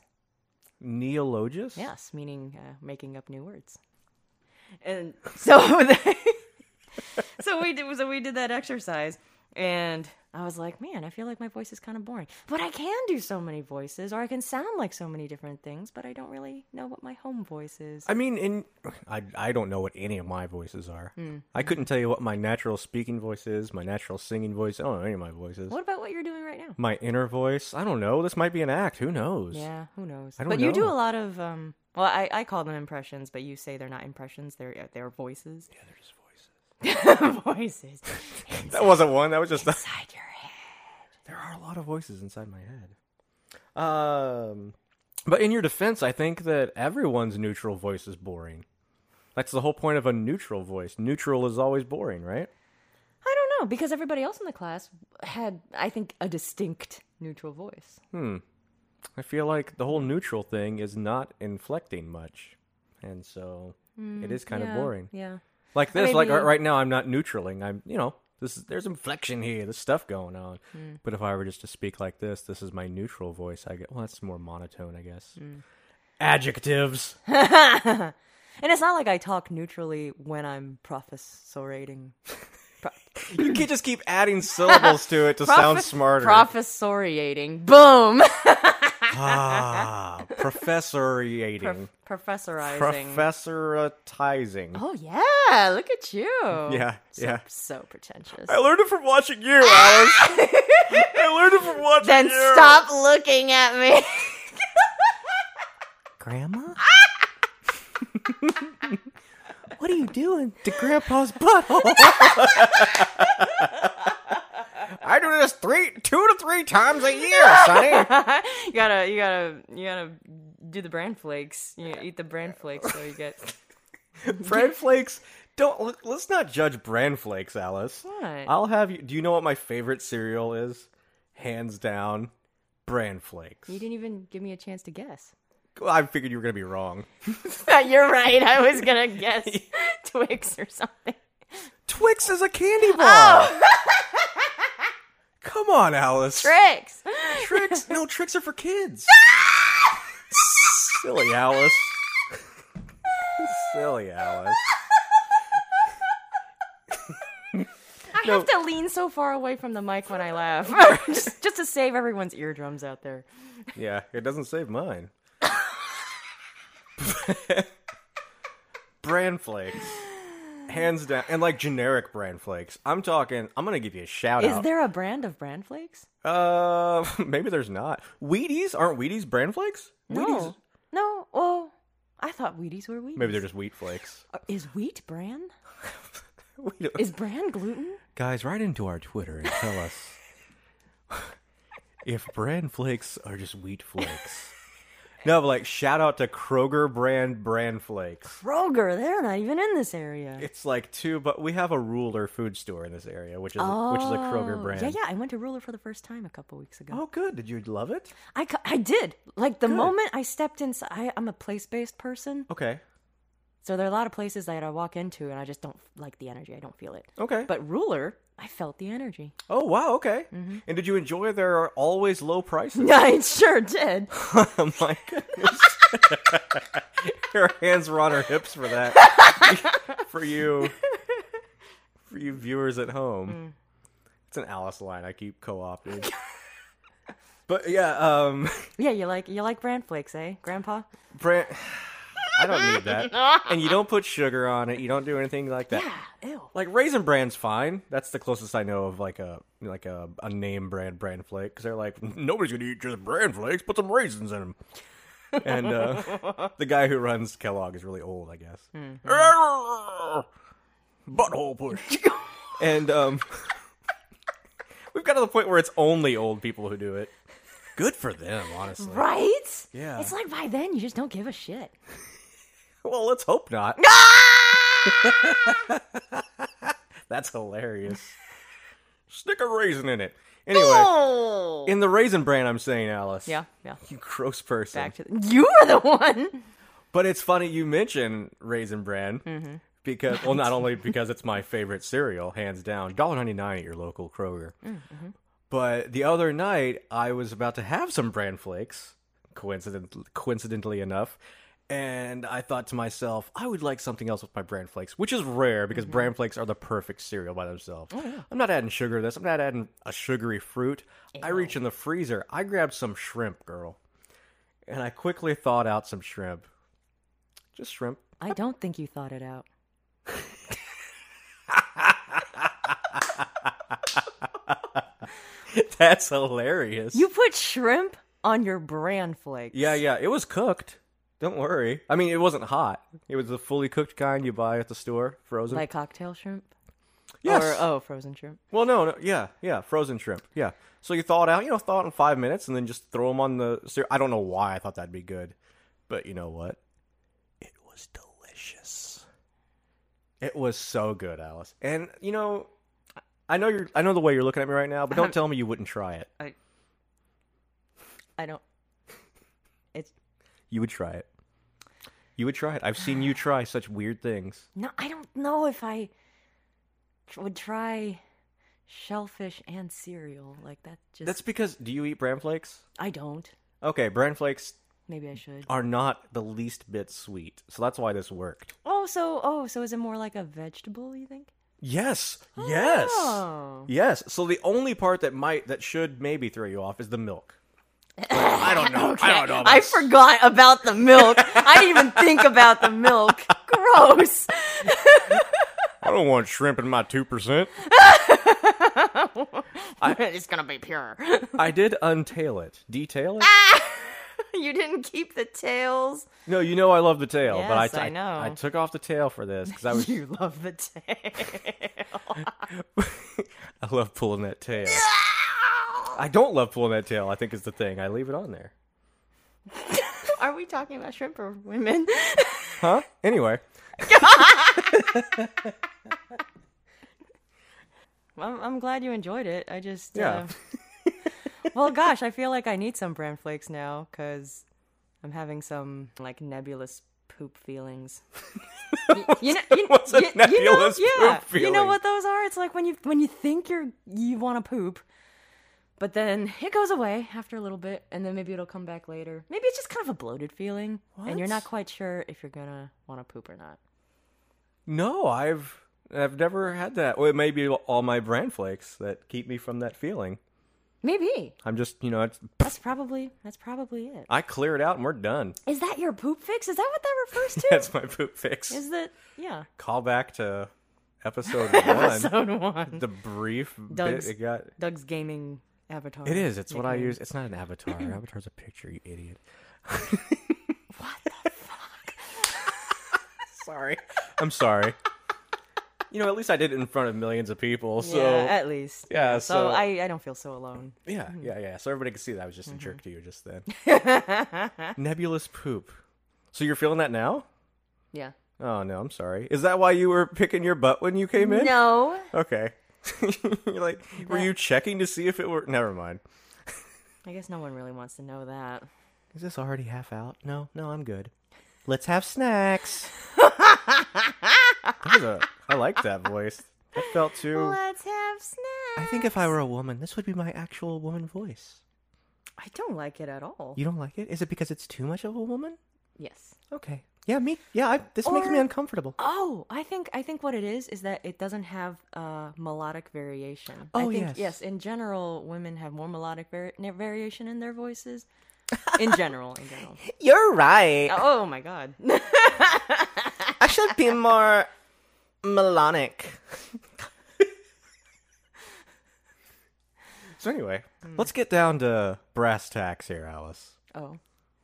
Speaker 2: Neologist?
Speaker 1: Yes, meaning uh, making up new words. And so, so we did. So we did that exercise, and I was like, "Man, I feel like my voice is kind of boring, but I can do so many voices, or I can sound like so many different things, but I don't really know what my home voice is."
Speaker 2: I mean, in I, I don't know what any of my voices are.
Speaker 1: Hmm.
Speaker 2: I couldn't tell you what my natural speaking voice is, my natural singing voice. I don't know any of my voices.
Speaker 1: What about what you're doing right now?
Speaker 2: My inner voice. I don't know. This might be an act. Who knows?
Speaker 1: Yeah, who knows?
Speaker 2: I don't
Speaker 1: but you do
Speaker 2: know.
Speaker 1: a lot of um. Well, I, I call them impressions, but you say they're not impressions; they're uh, they're voices. Yeah, they're just voices. voices
Speaker 2: That wasn't one. That was just.
Speaker 1: inside your head.
Speaker 2: there are a lot of voices inside my head. Um, but in your defense, I think that everyone's neutral voice is boring. That's the whole point of a neutral voice. Neutral is always boring, right?
Speaker 1: I don't know because everybody else in the class had, I think, a distinct neutral voice.
Speaker 2: I feel like the whole neutral thing is not inflecting much, and so it is kind of boring.
Speaker 1: Hmm. Yeah.
Speaker 2: Like this, like uh,
Speaker 1: maybe-
Speaker 2: right now, I'm not neutraling. I'm, you know, this is, there's inflection here. There's stuff going on.
Speaker 1: Mm.
Speaker 2: But if I were just to speak like this, this is my neutral voice. I get well, that's more monotone, I guess.
Speaker 1: Mm.
Speaker 2: Adjectives.
Speaker 1: And it's not like I talk neutrally when I'm professorating. Pro-
Speaker 2: you can't just keep adding syllables to it to sound
Speaker 1: Profes-
Speaker 2: smarter.
Speaker 1: Professoriating. Boom.
Speaker 2: ah, professoriating,
Speaker 1: Professorizing.
Speaker 2: professoratizing.
Speaker 1: oh yeah, look at you.
Speaker 2: Yeah, Oh, yeah.
Speaker 1: So pretentious.
Speaker 2: I learned it from watching you, Alice. I learned it from watching
Speaker 1: Then
Speaker 2: you.
Speaker 1: stop looking at me.
Speaker 2: Grandma? what are you doing to Grandpa's butthole? I do this three, two to three times a year, Sonny.
Speaker 1: you gotta, you gotta, you gotta do the bran flakes. You eat the bran flakes so you get.
Speaker 2: Bran flakes. Don't let- let's not judge bran flakes, Alice.
Speaker 1: What?
Speaker 2: I'll have you. Do you know what my favorite cereal is? Hands down, bran flakes.
Speaker 1: You didn't even give me a chance to guess.
Speaker 2: I figured you were gonna be wrong.
Speaker 1: You're right. I was gonna guess Twix or something.
Speaker 2: Twix is a candy bar. Come on, Alice.
Speaker 1: Tricks.
Speaker 2: tricks. No, tricks are for kids. Silly Alice. Silly Alice.
Speaker 1: I have to lean so far away from the mic when I laugh, just, just to save everyone's eardrums out there.
Speaker 2: Yeah, it doesn't save mine. bran flakes. Hands down. And like generic bran flakes. I'm talking, I'm going to give you a shout
Speaker 1: Is
Speaker 2: out.
Speaker 1: there a brand of bran flakes?
Speaker 2: uh, maybe there's not. Wheaties? Aren't Wheaties bran flakes? Wheaties.
Speaker 1: No. No. Well, I thought Wheaties were Wheaties.
Speaker 2: Maybe they're just wheat flakes.
Speaker 1: Uh, Is wheat bran?
Speaker 2: We don't-
Speaker 1: Is bran gluten?
Speaker 2: guys, write into our Twitter and tell us if bran flakes are just wheat flakes. No, but like shout out to Kroger brand bran flakes.
Speaker 1: Kroger. They're not even in this area.
Speaker 2: It's like two, but we have a ruler food store in this area, which is which is a Kroger
Speaker 1: Oh,
Speaker 2: brand.
Speaker 1: Yeah, yeah. I went to Ruler for the first time a couple weeks ago.
Speaker 2: Oh, good. Did you love it?
Speaker 1: I, cu- I did. Like the moment I stepped inside, I, I'm a place based person.
Speaker 2: Okay.
Speaker 1: So there are a lot of places that I walk into and I just don't like the energy. I don't feel it.
Speaker 2: Okay.
Speaker 1: But Ruler, I felt the energy.
Speaker 2: oh wow. Okay.
Speaker 1: Mm-hmm.
Speaker 2: And did you enjoy their always low prices?
Speaker 1: I sure did.
Speaker 2: oh my goodness. Her hands were on her hips for that. for you for you viewers at home. It's an Alice line I keep co opted. but yeah, um
Speaker 1: Yeah, you like you like bran flakes, eh, Grandpa?
Speaker 2: Brand I don't need that. And you don't put sugar on it, you don't do anything like that.
Speaker 1: Yeah. Ew.
Speaker 2: Like raisin brand's fine. That's the closest I know of like a like a, a name brand brand flake because they're like nobody's gonna eat just brand flakes. Put some raisins in them. And uh, the guy who runs Kellogg is really old, I guess. Butthole push. and um, we've got to the point where it's only old people who do it. Good for them, honestly.
Speaker 1: Right?
Speaker 2: Yeah.
Speaker 1: It's like by then you just don't give a shit.
Speaker 2: Well, let's hope not. That's hilarious. Stick a raisin in it. Anyway,
Speaker 1: Oh.
Speaker 2: in the raisin brand, I'm saying, Alice.
Speaker 1: yeah, yeah.
Speaker 2: You gross person.
Speaker 1: Back to the- you were the one.
Speaker 2: But it's funny you mention Raisin Bran because, well, not only because it's my favorite cereal, hands down, $1.99 at your local Kroger. But the other night, I was about to have some bran flakes, coincident- coincidentally enough. And I thought to myself, I would like something else with my bran flakes, which is rare because bran flakes are the perfect cereal by themselves. I'm not adding sugar to this. I'm not adding a sugary fruit. I reach in the freezer. I grabbed some shrimp, girl. And I quickly thawed out some shrimp. Just shrimp.
Speaker 1: I don't think you thought it out.
Speaker 2: That's hilarious.
Speaker 1: You put shrimp on your bran flakes.
Speaker 2: yeah, yeah. It was cooked. Don't worry. I mean, it wasn't hot. It was the fully cooked kind you buy at the store, frozen.
Speaker 1: Like cocktail shrimp?
Speaker 2: yes.
Speaker 1: Or, oh, frozen shrimp.
Speaker 2: Well, no, no, yeah, yeah, frozen shrimp. Yeah. So you thaw it out, you know, thaw it in five minutes, and then just throw them on the. cere- I don't know why I thought that'd be good, but you know what? It was delicious. It was so good, Alice. And you know, I know you're. I know the way you're looking at me right now, but
Speaker 1: Uh-huh.
Speaker 2: don't tell me you wouldn't try it.
Speaker 1: I. I don't. It's
Speaker 2: You would try it. You would try it. I've seen you try such weird things.
Speaker 1: no. I don't know if I tr- would try shellfish and cereal like that. Just
Speaker 2: That's because. Do you eat bran flakes?
Speaker 1: I don't.
Speaker 2: Okay, bran flakes
Speaker 1: Maybe I should.
Speaker 2: are not the least bit sweet, so that's why this worked.
Speaker 1: Oh, so oh, so is it more like a vegetable? You think?
Speaker 2: Yes. Yes.
Speaker 1: Oh.
Speaker 2: Yes. So the only part that might that should maybe throw you off is the milk. I don't know. I don't know. about
Speaker 1: I
Speaker 2: s-
Speaker 1: forgot about the milk. I didn't even think about the milk. Gross.
Speaker 2: I don't want shrimp in my two percent.
Speaker 1: it's gonna be pure.
Speaker 2: I did untail it, detail it.
Speaker 1: Ah. you didn't keep the tails.
Speaker 2: No, you know I love the tail, but I,
Speaker 1: Yes, I
Speaker 2: I-
Speaker 1: know.
Speaker 2: I took off the tail for this because I was
Speaker 1: You love the tail.
Speaker 2: I love pulling that tail. I don't love pulling that tail. I think is the thing. I leave it on there.
Speaker 1: Are we talking about shrimp or women?
Speaker 2: Huh? Anyway,
Speaker 1: I'm, I'm glad you enjoyed it. I just
Speaker 2: Yeah.
Speaker 1: uh, well, gosh, I feel like I need some bran flakes now because I'm having some like nebulous poop feelings. Y- you know, you,
Speaker 2: What's a
Speaker 1: you- you know-
Speaker 2: nebulous poop
Speaker 1: yeah, You know
Speaker 2: feeling?
Speaker 1: what those are? It's like when you when you think you're you want to poop, but then it goes away after a little bit, and then maybe it'll come back later. Maybe it's just kind of a bloated feeling, and you're
Speaker 2: What?
Speaker 1: not quite sure if you're gonna want to poop or not.
Speaker 2: no, I've I've never had that. Well, it may be all my bran flakes that keep me from that feeling.
Speaker 1: Maybe
Speaker 2: I'm just, you know, it's,
Speaker 1: that's probably that's probably it.
Speaker 2: I clear it out and we're done.
Speaker 1: Is that your poop fix? Is that what that refers to?
Speaker 2: That's my poop fix.
Speaker 1: Is that yeah?
Speaker 2: Call back to episode one.
Speaker 1: Zone one.
Speaker 2: The brief
Speaker 1: Doug's-
Speaker 2: bit it got.
Speaker 1: Doug's gaming avatar.
Speaker 2: It is. It's what I use. It's not an avatar. An avatar's a picture, you idiot. what the fuck? sorry. I'm sorry. You know, at least I did it in front of millions of people. So
Speaker 1: yeah, at least.
Speaker 2: yeah,
Speaker 1: So,
Speaker 2: so-
Speaker 1: I Hmm. I don't feel so alone.
Speaker 2: Yeah, yeah, yeah. So everybody can see that I was just
Speaker 1: Mm-hmm.
Speaker 2: a jerk to you just then. Nebulous poop. So you're feeling that now?
Speaker 1: Yeah.
Speaker 2: Oh no, I'm sorry. Is that why you were picking your butt when you came in?
Speaker 1: No.
Speaker 2: Okay. you're like, were you checking to see if it were? Never mind.
Speaker 1: I guess no one really wants to know that.
Speaker 2: Is this already half out? No, no, I'm good. Let's have snacks. that was a, I like that voice. That felt too.
Speaker 1: Let's have snacks.
Speaker 2: I think if I were a woman, this would be my actual woman voice.
Speaker 1: I don't like it at all.
Speaker 2: You don't like it? Is it because it's too much of a woman?
Speaker 1: Yes.
Speaker 2: Okay. Yeah, me. Yeah, I, this makes me
Speaker 1: Or-
Speaker 2: uncomfortable.
Speaker 1: Oh, I think I think what it is is that it doesn't have uh, melodic variation. I
Speaker 2: Oh,
Speaker 1: think,
Speaker 2: yes.
Speaker 1: In general, women have more melodic vari- variation in their voices. In general, in general.
Speaker 2: You're right.
Speaker 1: Oh my god.
Speaker 2: I should be more melodic. so anyway, let's get down to brass tacks here, Alice.
Speaker 1: Oh,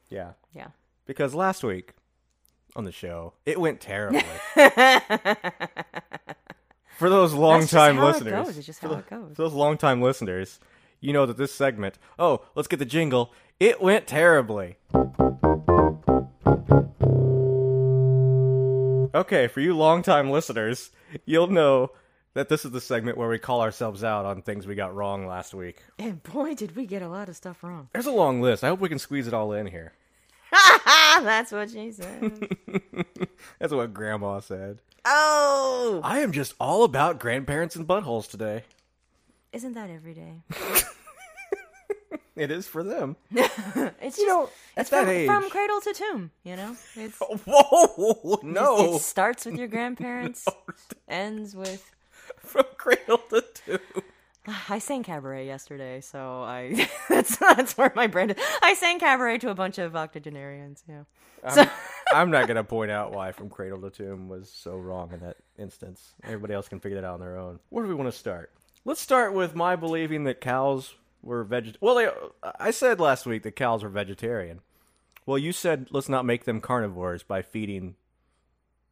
Speaker 2: Yeah,
Speaker 1: yeah.
Speaker 2: because last week on the show it went terribly. For
Speaker 1: That's
Speaker 2: those
Speaker 1: just
Speaker 2: long-time
Speaker 1: how
Speaker 2: listeners,
Speaker 1: It goes. It's just how it goes.
Speaker 2: for those long-time listeners, you know that this segment. Oh, let's get the jingle. It went terribly. Okay, for you longtime listeners, you'll know that this is the segment where we call ourselves out on things we got wrong last week.
Speaker 1: And boy, did we get a lot of stuff wrong.
Speaker 2: There's a long list. I hope we can squeeze it all in here.
Speaker 1: That's what she said.
Speaker 2: That's what Grandma said.
Speaker 1: Oh,
Speaker 2: I am just all about grandparents and buttholes today.
Speaker 1: isn't that every day?
Speaker 2: It is for them.
Speaker 1: It's you know, it's
Speaker 2: that
Speaker 1: from,
Speaker 2: age-
Speaker 1: from cradle to tomb. You know, it's,
Speaker 2: Whoa! No!
Speaker 1: it starts with your grandparents, ends with.
Speaker 2: From cradle to tomb.
Speaker 1: I sang cabaret yesterday, so I that's that's where my brain. I sang cabaret to a bunch of octogenarians. Yeah,
Speaker 2: I'm not going to point out why From Cradle to Tomb was so wrong in that instance. Everybody else can figure that out on their own. Where do we want to start? Let's start with my believing that cows were veget. Well, I, I said last week that cows were vegetarian. Well, you said let's not make them carnivores by feeding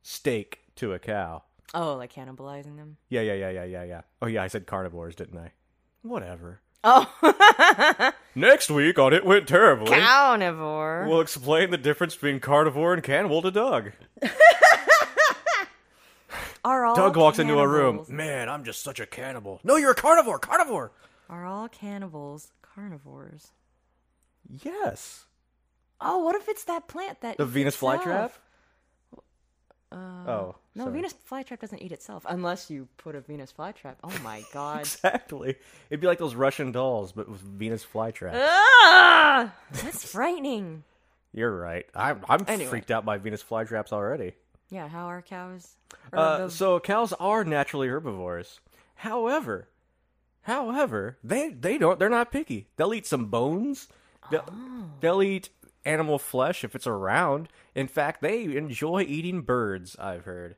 Speaker 2: steak to a cow.
Speaker 1: oh, like cannibalizing them.
Speaker 2: Yeah, yeah, yeah, yeah, yeah, yeah. Oh, yeah, I said carnivores, didn't I? Whatever.
Speaker 1: Oh,
Speaker 2: Next week on It Went Terribly,
Speaker 1: carnivore.
Speaker 2: we'll explain the difference between carnivore and cannibal to Doug.
Speaker 1: Are all
Speaker 2: Doug walks into a room.
Speaker 1: cannibals-
Speaker 2: Man, I'm just such a cannibal. No, you're a carnivore, carnivore.
Speaker 1: Are all cannibals carnivores?
Speaker 2: Yes.
Speaker 1: Oh, what if it's that plant that
Speaker 2: The
Speaker 1: eats
Speaker 2: Venus
Speaker 1: itself?
Speaker 2: flytrap? oh.
Speaker 1: No,
Speaker 2: sorry.
Speaker 1: Venus flytrap doesn't eat itself unless you put a Venus flytrap. Oh my god.
Speaker 2: Exactly. It'd be like those Russian dolls, but with Venus
Speaker 1: Uh.
Speaker 2: flytrap.
Speaker 1: ah! That's frightening.
Speaker 2: You're right. I'm, I'm
Speaker 1: Anyway.
Speaker 2: freaked out by Venus flytraps already.
Speaker 1: Yeah, how are cows? or
Speaker 2: Uh,
Speaker 1: the-
Speaker 2: so cows are naturally herbivores. However, however, they they don't they're not picky. They'll eat some bones. They'll,
Speaker 1: Oh.
Speaker 2: they'll eat animal flesh if it's around. In fact, they enjoy eating birds. I've heard.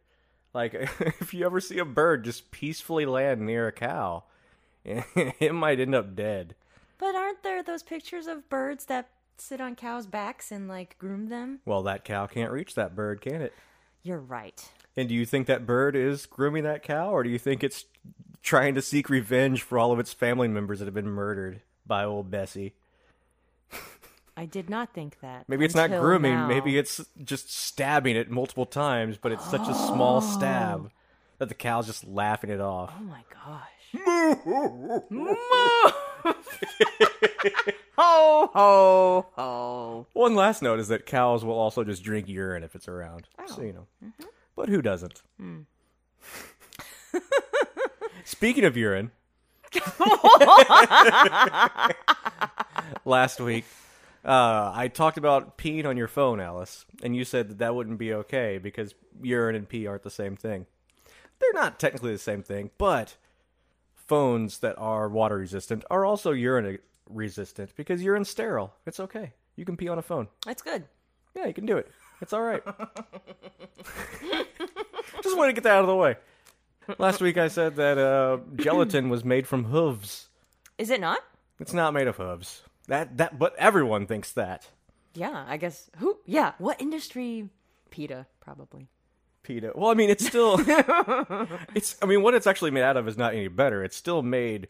Speaker 2: Like if you ever see a bird just peacefully land near a cow, it might end up dead.
Speaker 1: But aren't there those pictures of birds that sit on cows' backs and like groom them?
Speaker 2: Well, that cow can't reach that bird, can it?
Speaker 1: You're right.
Speaker 2: And do you think that bird is grooming that cow, or do you think it's trying to seek revenge for all of its family members that have been murdered by old Bessie?
Speaker 1: I did not think that.
Speaker 2: Maybe it's not
Speaker 1: until
Speaker 2: grooming.
Speaker 1: now.
Speaker 2: Maybe it's just stabbing it multiple times, but it's such a small stab that the cow's just laughing it off.
Speaker 1: Oh my gosh. Moo! ho ho ho.
Speaker 2: One last note is that cows will also just drink urine if it's around. So, you know. But who doesn't? Speaking of urine, last week, uh, I talked about peeing on your phone, Alice, and you said that that wouldn't be okay because urine and pee aren't the same thing. They're not technically the same thing, but phones that are water resistant are also urine resistant because urine's sterile. It's okay. You can pee on a phone.
Speaker 1: That's good.
Speaker 2: Yeah, you can do it. It's all right. Just wanted to get that out of the way. Last week I said that uh, gelatin was made from hooves.
Speaker 1: Is it not?
Speaker 2: It's not made of hooves. That that, but everyone thinks that.
Speaker 1: Yeah, I guess. Who? Yeah, what industry? PETA, probably.
Speaker 2: Peta. Well, I mean, it's still. it's. I mean, what it's actually made out of is not any better. It's still made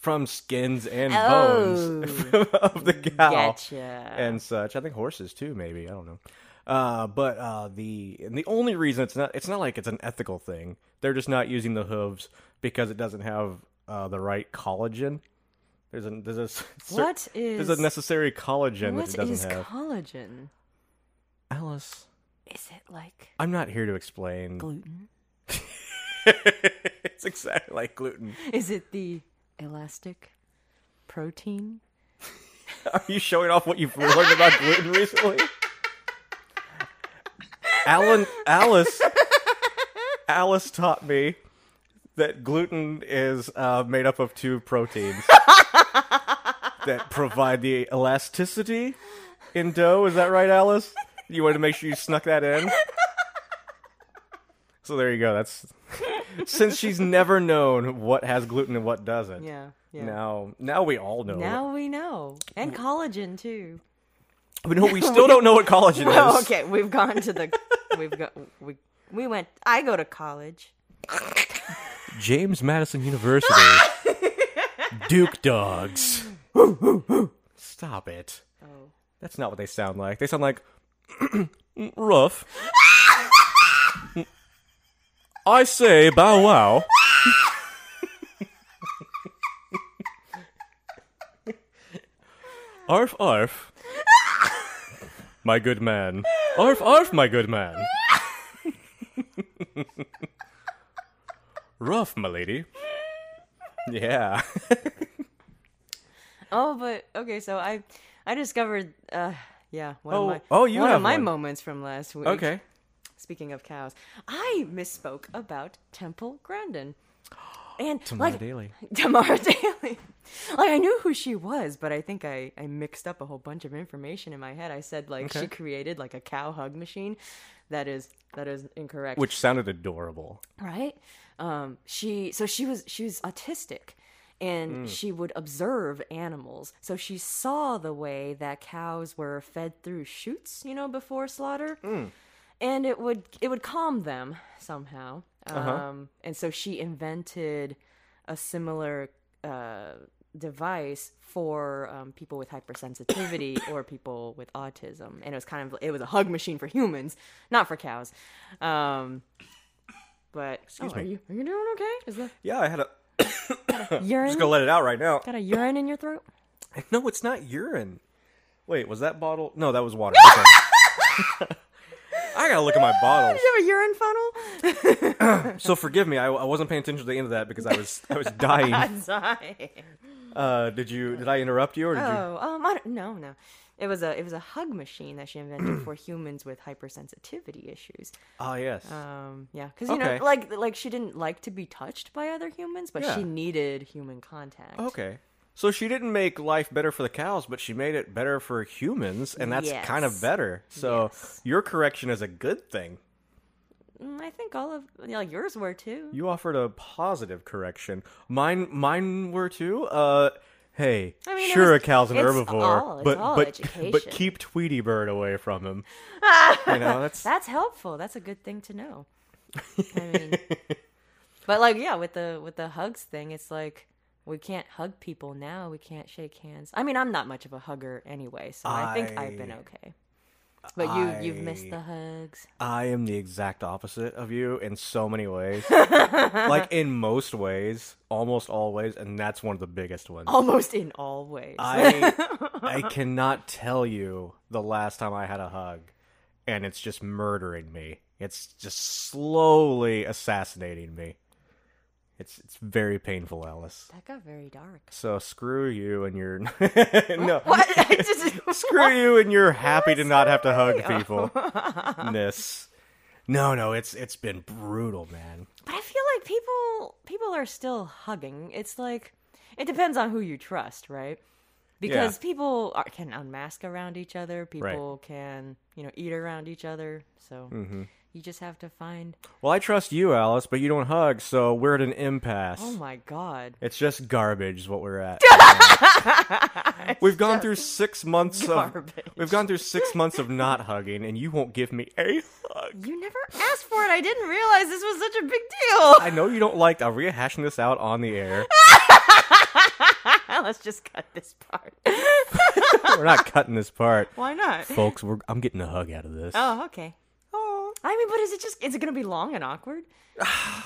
Speaker 2: from skins and bones of the cow.
Speaker 1: Gotcha.
Speaker 2: and such. I think horses too, maybe. I don't know. Uh, but uh, the and the only reason it's not it's not like it's an ethical thing. They're just not using the hooves because it doesn't have uh, the right collagen. There's a there's a s- cer-
Speaker 1: What
Speaker 2: there's
Speaker 1: is-
Speaker 2: a necessary collagen that it
Speaker 1: What
Speaker 2: doesn't
Speaker 1: is
Speaker 2: have.
Speaker 1: collagen?
Speaker 2: Alice,
Speaker 1: Is it like
Speaker 2: I'm not here to explain.
Speaker 1: gluten?
Speaker 2: it's exactly like gluten.
Speaker 1: Is it the elastic protein?
Speaker 2: Are you showing off what you've learned about gluten recently? Alan, Alice, Alice taught me that gluten is uh, made up of two proteins that provide the elasticity in dough. Is that right, Alice? You wanted to make sure you snuck that in. So there you go. That's since she's never known what has gluten and what doesn't.
Speaker 1: Yeah, yeah.
Speaker 2: Now, now we all know.
Speaker 1: Now we know.
Speaker 2: Mm.
Speaker 1: And collagen too.
Speaker 2: But no, we still don't know what collagen
Speaker 1: Well,
Speaker 2: is.
Speaker 1: okay, we've gone to the we've got we we went I go to college.
Speaker 2: James Madison University. Duke dogs. Stop it.
Speaker 1: Oh.
Speaker 2: That's not what they sound like. They sound like rough.
Speaker 3: I say bow wow. arf arf. My good man. Arf arf, my good man. Rough, my lady.
Speaker 2: Yeah.
Speaker 1: Oh, but okay. So I, I discovered. Uh, yeah. One
Speaker 2: Oh,
Speaker 1: of my,
Speaker 2: oh, you
Speaker 1: one
Speaker 2: have
Speaker 1: of my
Speaker 2: one.
Speaker 1: moments from last week.
Speaker 2: Okay.
Speaker 1: Speaking of cows, I misspoke about Temple Grandin. And
Speaker 2: Tamara
Speaker 1: like
Speaker 2: Daly.
Speaker 1: Tamara Daly. Like I knew who she was, but I think I, I mixed up a whole bunch of information in my head. I said like she
Speaker 2: Okay.
Speaker 1: created like a cow hug machine. That is that is incorrect.
Speaker 2: Which sounded adorable.
Speaker 1: right um she so she was she was autistic and
Speaker 2: Mm.
Speaker 1: she would observe animals so she saw the way that cows were fed through chutes you know before slaughter and it would it would calm them somehow um and so she invented a similar uh device for um, people with hypersensitivity or people with autism and it was kind of it was a hug machine for humans not for cows um but oh,
Speaker 2: me.
Speaker 1: Are you, are you doing okay? Is that
Speaker 2: Yeah, I had a.
Speaker 1: urine?
Speaker 2: Just gonna let it out right now.
Speaker 1: Got a urine in your throat?
Speaker 2: No, it's not urine. Wait, was that bottle? No, that was water. Okay. I gotta look at my bottles.
Speaker 1: You have a urine funnel?
Speaker 2: So forgive me, I, I wasn't paying attention to the end of that because I was I was dying.
Speaker 1: I'm dying.
Speaker 2: Uh, did you? Did I interrupt you or did you?
Speaker 1: Oh, um, I don't, no, no. It was a it was a hug machine that she invented for humans with hypersensitivity issues.
Speaker 2: Ah, yes.
Speaker 1: Um, yeah, because you
Speaker 2: Okay.
Speaker 1: know, like like she didn't like to be touched by other humans, but
Speaker 2: Yeah. Oh.
Speaker 1: she needed human contact.
Speaker 2: Okay. So she didn't make life better for the cows, but she made it better for humans, and that's
Speaker 1: Yes.
Speaker 2: kind of better. So
Speaker 1: Yes.
Speaker 2: your correction is a good thing.
Speaker 1: Mm, I think all of yeah, yours were too.
Speaker 2: You offered a positive correction. Mine, mine were too. Uh, hey,
Speaker 1: I mean, it
Speaker 2: sure,
Speaker 1: was-
Speaker 2: a cow's an
Speaker 1: it's
Speaker 2: herbivore,
Speaker 1: all- it's
Speaker 2: but
Speaker 1: all
Speaker 2: but but
Speaker 1: education.
Speaker 2: keep Tweety Bird away from him. you know, that's
Speaker 1: That's helpful. That's a good thing to know. I mean, but like, yeah, with the with the hugs thing, it's like we can't hug people now. We can't shake hands. I mean, I'm not much of a hugger anyway, so I, think I've been okay. But you you've missed the hugs.
Speaker 2: I am the exact opposite of you in so many ways. like in most ways, almost always, and that's one of the biggest ones.
Speaker 1: Almost in all ways.
Speaker 2: I I cannot tell you the last time I had a hug, and it's just murdering me. It's just slowly assassinating me. It's it's very painful, Alice.
Speaker 1: that got very dark.
Speaker 2: So screw you and your no.
Speaker 1: What? I just-
Speaker 2: Screw you and you're happy to not have to hug people. Ness. No, no, it's it's been brutal, man.
Speaker 1: But I feel like people people are still hugging. It's like it depends on who you trust, right? Because people are, can unmask around each other. People can you know eat around each other. So
Speaker 2: Mm-hmm.
Speaker 1: you just have to find.
Speaker 2: Well, I trust you, Alice, but you don't hug, so we're at an impasse.
Speaker 1: Oh my god!
Speaker 2: It's just garbage is what we're at. we've gone through six months
Speaker 1: garbage.
Speaker 2: of we've gone through six months of not hugging, and you won't give me a hug.
Speaker 1: You never asked for it. I didn't realize this was such a big deal.
Speaker 2: I know you don't like. Are we hashing this out on the air?
Speaker 1: Let's just cut this part.
Speaker 2: we're not cutting this part,
Speaker 1: Why not?
Speaker 2: folks. We're, I'm getting a hug out of this.
Speaker 1: Oh, okay. Oh, I mean, but is it just? Is it gonna be long and awkward?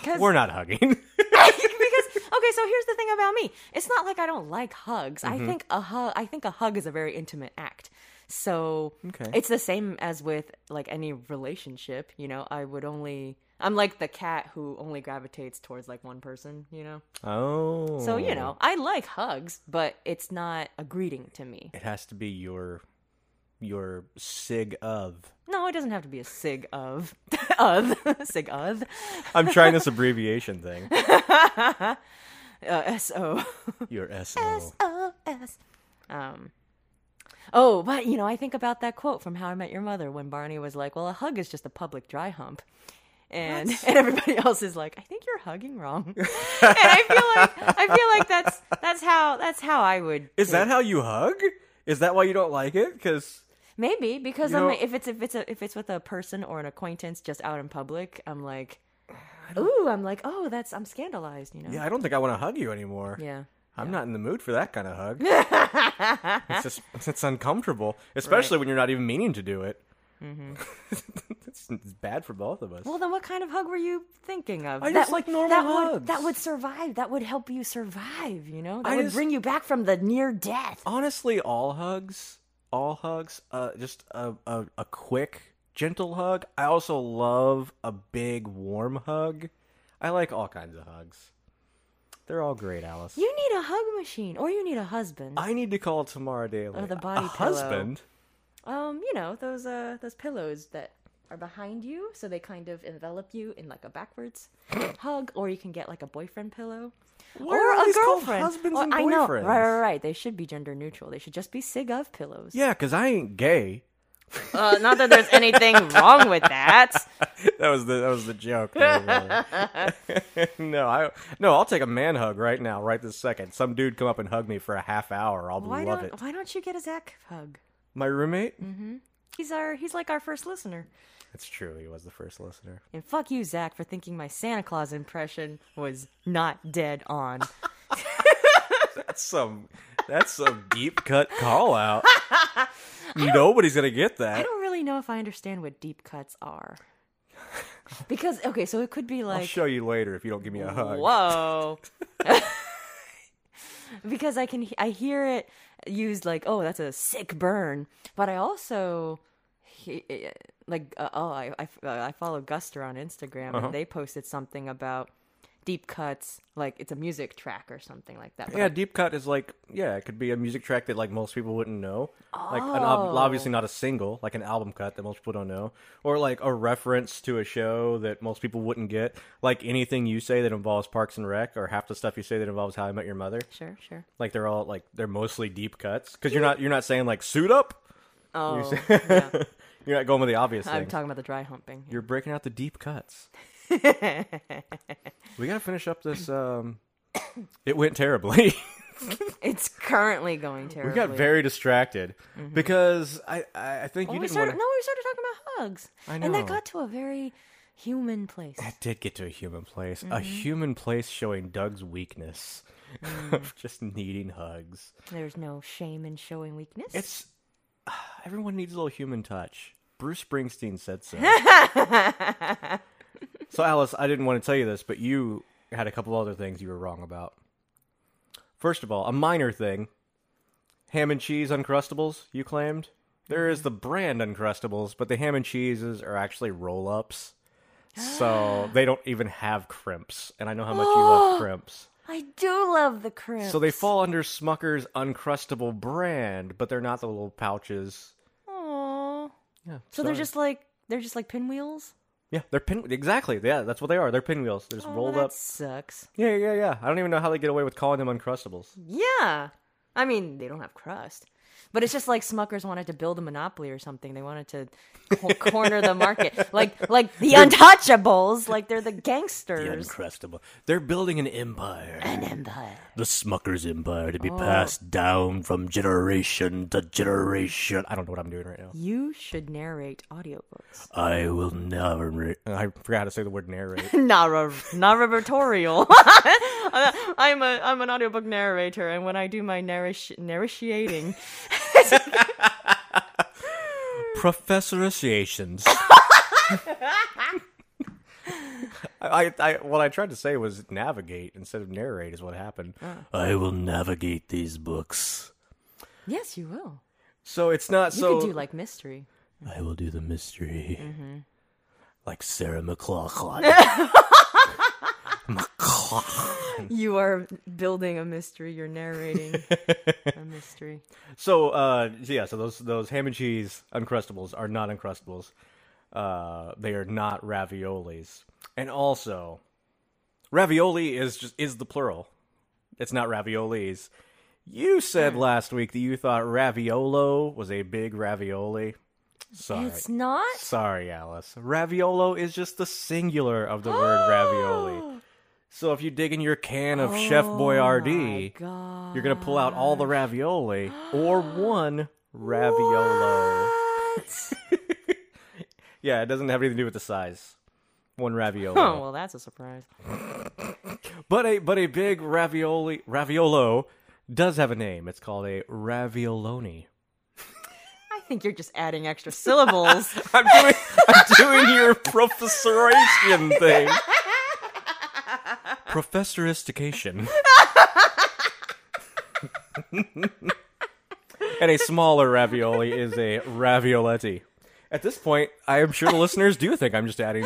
Speaker 1: 'Cause-
Speaker 2: We're not hugging.
Speaker 1: because okay, so here's the thing about me. It's not like I don't like hugs.
Speaker 2: Mm-hmm.
Speaker 1: I think a hug I think a hug is a very intimate act. So
Speaker 2: Okay.
Speaker 1: it's the same as with like any relationship, you know, I would only I'm like the cat who only gravitates towards like one person, you know.
Speaker 2: oh,
Speaker 1: So, you know, I like hugs, but it's not a greeting to me.
Speaker 2: it has to be your your sig of.
Speaker 1: No, it doesn't have to be a sig of of sig of
Speaker 2: I'm trying this abbreviation thing.
Speaker 1: uh, S O.
Speaker 2: Your S-O.
Speaker 1: S-O-S. Um, oh, but you know, I think about that quote from How I Met Your Mother when Barney was like, "Well, a hug is just a public dry hump," and and everybody else is like, "I think you're hugging wrong." and I feel like I feel like that's that's how that's how I would
Speaker 2: Is that how you hug? Is that why you don't like it? Because
Speaker 1: maybe because
Speaker 2: You
Speaker 1: I'm
Speaker 2: know-
Speaker 1: like, if it's if it's a, if it's with a person or an acquaintance just out in public, I'm like, ooh, I'm like, oh, that's I'm scandalized, you know?
Speaker 2: yeah, I don't think I want to hug you anymore.
Speaker 1: yeah.
Speaker 2: I'm not in the mood for that kind of hug. it's just it's uncomfortable, especially when you're not even meaning to do it. it's it's bad for both of us.
Speaker 1: Mm-hmm. Well, then what kind of hug were you thinking of?
Speaker 2: I just like normal
Speaker 1: that Would, that
Speaker 2: hugs.
Speaker 1: would survive. That would help you survive, you know? That
Speaker 2: I
Speaker 1: would
Speaker 2: just-
Speaker 1: bring you back from the near death.
Speaker 2: Honestly, all hugs, all hugs, uh, just a, a a quick, gentle hug. I also love a big, warm hug. I like all kinds of hugs. They're all great, Alice.
Speaker 1: You need a hug machine, or you need a husband.
Speaker 2: I need to call Tamara Daly.
Speaker 1: Or Oh, the
Speaker 2: A-
Speaker 1: body
Speaker 2: a
Speaker 1: pillow.
Speaker 2: husband.
Speaker 1: Um, you know, those uh those pillows that are behind you, so they kind of envelop you in like a backwards hug, or you can get like a boyfriend pillow.
Speaker 2: Why
Speaker 1: or
Speaker 2: are all
Speaker 1: a
Speaker 2: these called
Speaker 1: girlfriend.
Speaker 2: husbands
Speaker 1: Or-
Speaker 2: and
Speaker 1: I know,
Speaker 2: boyfriends?
Speaker 1: right, right, right. They should be gender neutral. They should just be sig of pillows.
Speaker 2: Yeah, because I ain't gay.
Speaker 1: Uh, not that there's anything wrong with that.
Speaker 2: that was the that was the joke. no, I no, I'll take a man hug right now, right this second. Some dude come up and hug me for a half hour. I'll
Speaker 1: Why
Speaker 2: love
Speaker 1: don't Mm.
Speaker 2: it.
Speaker 1: Why don't you get a Zach hug?
Speaker 2: My roommate.
Speaker 1: He's our he's like our first listener.
Speaker 2: That's true. He was the first listener.
Speaker 1: And fuck you, Zach, for thinking my Santa Claus impression was not dead on.
Speaker 2: That's some that's some deep cut call out. Nobody's gonna get
Speaker 1: I
Speaker 2: that.
Speaker 1: don't really know if I understand what deep cuts are. Because okay, so it could be
Speaker 2: I'll
Speaker 1: like
Speaker 2: show you later if you don't give me a hug.
Speaker 1: whoa. because I can I hear it used like oh that's a sick burn, but I also he, like uh, oh I I, uh, I follow Guster on Instagram
Speaker 2: Uh-huh.
Speaker 1: and they posted something about deep cuts like it's a music track or something like that. but
Speaker 2: Yeah, deep cut is like yeah, it could be a music track that like most people wouldn't know, like an, ob- obviously not a single, like an album cut that most people don't know, or like a reference to a show that most people wouldn't get, like anything you say that involves Parks and Rec, or half the stuff you say that involves How I Met Your Mother.
Speaker 1: Sure, sure.
Speaker 2: Like they're all like they're mostly deep cuts because you're not you're not saying like suit up,
Speaker 1: Oh,
Speaker 2: you're not going with the obvious
Speaker 1: I'm
Speaker 2: thing.
Speaker 1: talking about the dry humping.
Speaker 2: you're breaking out the deep cuts. we gotta finish up this. um It went terribly.
Speaker 1: It's currently going
Speaker 2: We
Speaker 1: terribly.
Speaker 2: got very distracted because I I I think
Speaker 1: Mm-hmm. Well,
Speaker 2: you
Speaker 1: we
Speaker 2: didn't
Speaker 1: started,
Speaker 2: want
Speaker 1: No, we started talking about hugs.
Speaker 2: I
Speaker 1: And
Speaker 2: know.
Speaker 1: that got to a very human place.
Speaker 2: That did get to a human place,
Speaker 1: Mm-hmm.
Speaker 2: a human place showing Doug's weakness
Speaker 1: Mm.
Speaker 2: of just needing hugs.
Speaker 1: There's no shame in showing weakness.
Speaker 2: It's everyone needs a little human touch. Bruce Springsteen said so. so Alice, I didn't want to tell you this, but you had a couple other things you were wrong about. First of all, a minor thing. Ham and cheese uncrustables, you claimed. There is the brand uncrustables, but the ham and cheeses are actually roll-ups. So they don't even have crimps, and I know how much you love crimps.
Speaker 1: I do love the crimp.
Speaker 2: So they fall under Smucker's Uncrustable brand, but they're not the little pouches.
Speaker 1: Aww.
Speaker 2: Yeah.
Speaker 1: So they're just like they're just like pinwheels.
Speaker 2: yeah, they're pin exactly. Yeah, that's what they are. They're pinwheels. They're just
Speaker 1: Oh,
Speaker 2: rolled
Speaker 1: that
Speaker 2: up.
Speaker 1: sucks.
Speaker 2: Yeah, yeah, yeah. I don't even know how they get away with calling them Uncrustables.
Speaker 1: Yeah. I mean, they don't have crust. But it's just like Smuckers wanted to build a monopoly or something. They wanted to co- corner the market, like like the Untouchables, like they're the gangsters.
Speaker 2: Uncrustable. They're building an empire.
Speaker 1: An empire.
Speaker 2: The Smucker's empire to be passed down from generation to generation. I don't know what I'm doing right now.
Speaker 1: You should narrate audiobooks.
Speaker 2: I will never. I forgot how to say the word narrate.
Speaker 1: Narra, narratorial. I'm a I'm an audiobook narrator, and when I do my narration narrating,
Speaker 2: Professor Associations. I, I, what I tried to say was navigate instead of narrate is what happened. I will navigate these books.
Speaker 1: yes, you will.
Speaker 2: So it's not
Speaker 1: You
Speaker 2: so.
Speaker 1: could do like mystery.
Speaker 2: I will do the mystery,
Speaker 1: Mm-hmm.
Speaker 2: like Sarah McLaughlin.
Speaker 1: You are building a mystery. You're narrating a mystery.
Speaker 2: So uh, yeah, so those those ham and cheese uncrustables are not uncrustables. Uh, they are not raviolis. And also, ravioli is just is the plural. It's not raviolis. You said last week that you thought raviolo was a big ravioli. Sorry.
Speaker 1: It's not.
Speaker 2: Sorry, Alice. Raviolo is just the singular of the word ravioli. So if you dig in your can of Chef Boyardee,
Speaker 1: God.
Speaker 2: you're gonna pull out all the ravioli or one raviolo.
Speaker 1: What?
Speaker 2: Yeah, it doesn't have anything to do with the size. One raviolo,
Speaker 1: Oh well, that's a surprise.
Speaker 2: but a but a big ravioli raviolo does have a name. It's called a ravioloni.
Speaker 1: I think you're just adding extra syllables.
Speaker 2: I'm doing I'm doing your professoration thing.
Speaker 3: Professoristication.
Speaker 2: And a smaller ravioli is a ravioletti. At this point, I am sure the listeners do think I'm just adding.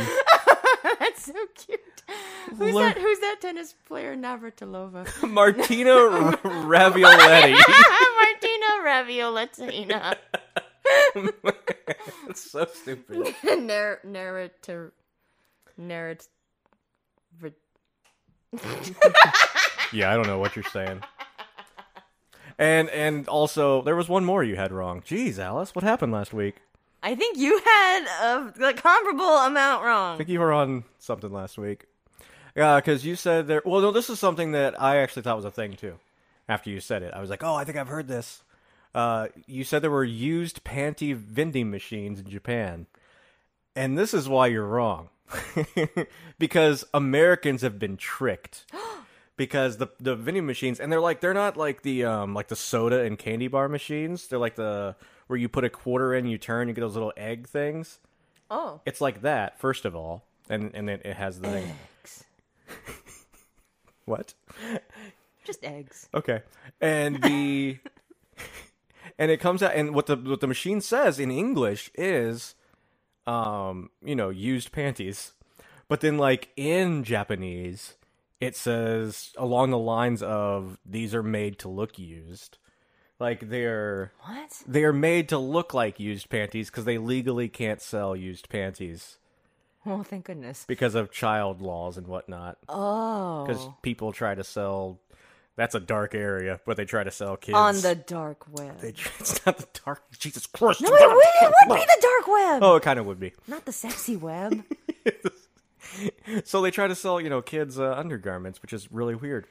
Speaker 1: That's so cute. Who's
Speaker 2: Learn-
Speaker 1: that? Who's that tennis player? Navratilova.
Speaker 2: Martina R- Ravioletti.
Speaker 1: Martina Raviolatina.
Speaker 2: That's so stupid.
Speaker 1: Nar- narrator. Narrat. rid-
Speaker 2: Yeah, I don't know what you're saying. And and also there was one more you had wrong. Jeez, Alice, what happened last week?
Speaker 1: I think you had a, a comparable amount
Speaker 2: I
Speaker 1: wrong.
Speaker 2: think you were on something last week. Yeah, because you said there. Well, no, this is something that I actually thought was a thing too. After you said it, I was like, oh, I think I've heard this. Uh, you said there were used panty vending machines in Japan, and this is why you're wrong, because Americans have been tricked. Because the the vending machines, and they're like they're not like the um like the soda and candy bar machines. They're like the where you put a quarter in, you turn, you get those little egg things
Speaker 1: Oh.
Speaker 2: it's like that first of all and and then it has the thing what
Speaker 1: Just eggs.
Speaker 2: okay and the and it comes out and what the what the machine says in english is um you know used panties but then like in japanese it says along the lines of these are made to look used like they're
Speaker 1: What?
Speaker 2: they are made to look like used panties because they legally can't sell used panties
Speaker 1: Oh, thank goodness.
Speaker 2: because of child laws and whatnot. Because
Speaker 1: Oh.
Speaker 2: people try to sell. That's a dark area, but they try to sell kids.
Speaker 1: On the dark web.
Speaker 2: They tr- it's not the dark. Jesus Christ!
Speaker 1: No, it, would- it would be the dark web,
Speaker 2: Oh, it kind of would be.
Speaker 1: not the sexy web.
Speaker 2: So they try to sell, you know, kids uh, undergarments, which is really weird.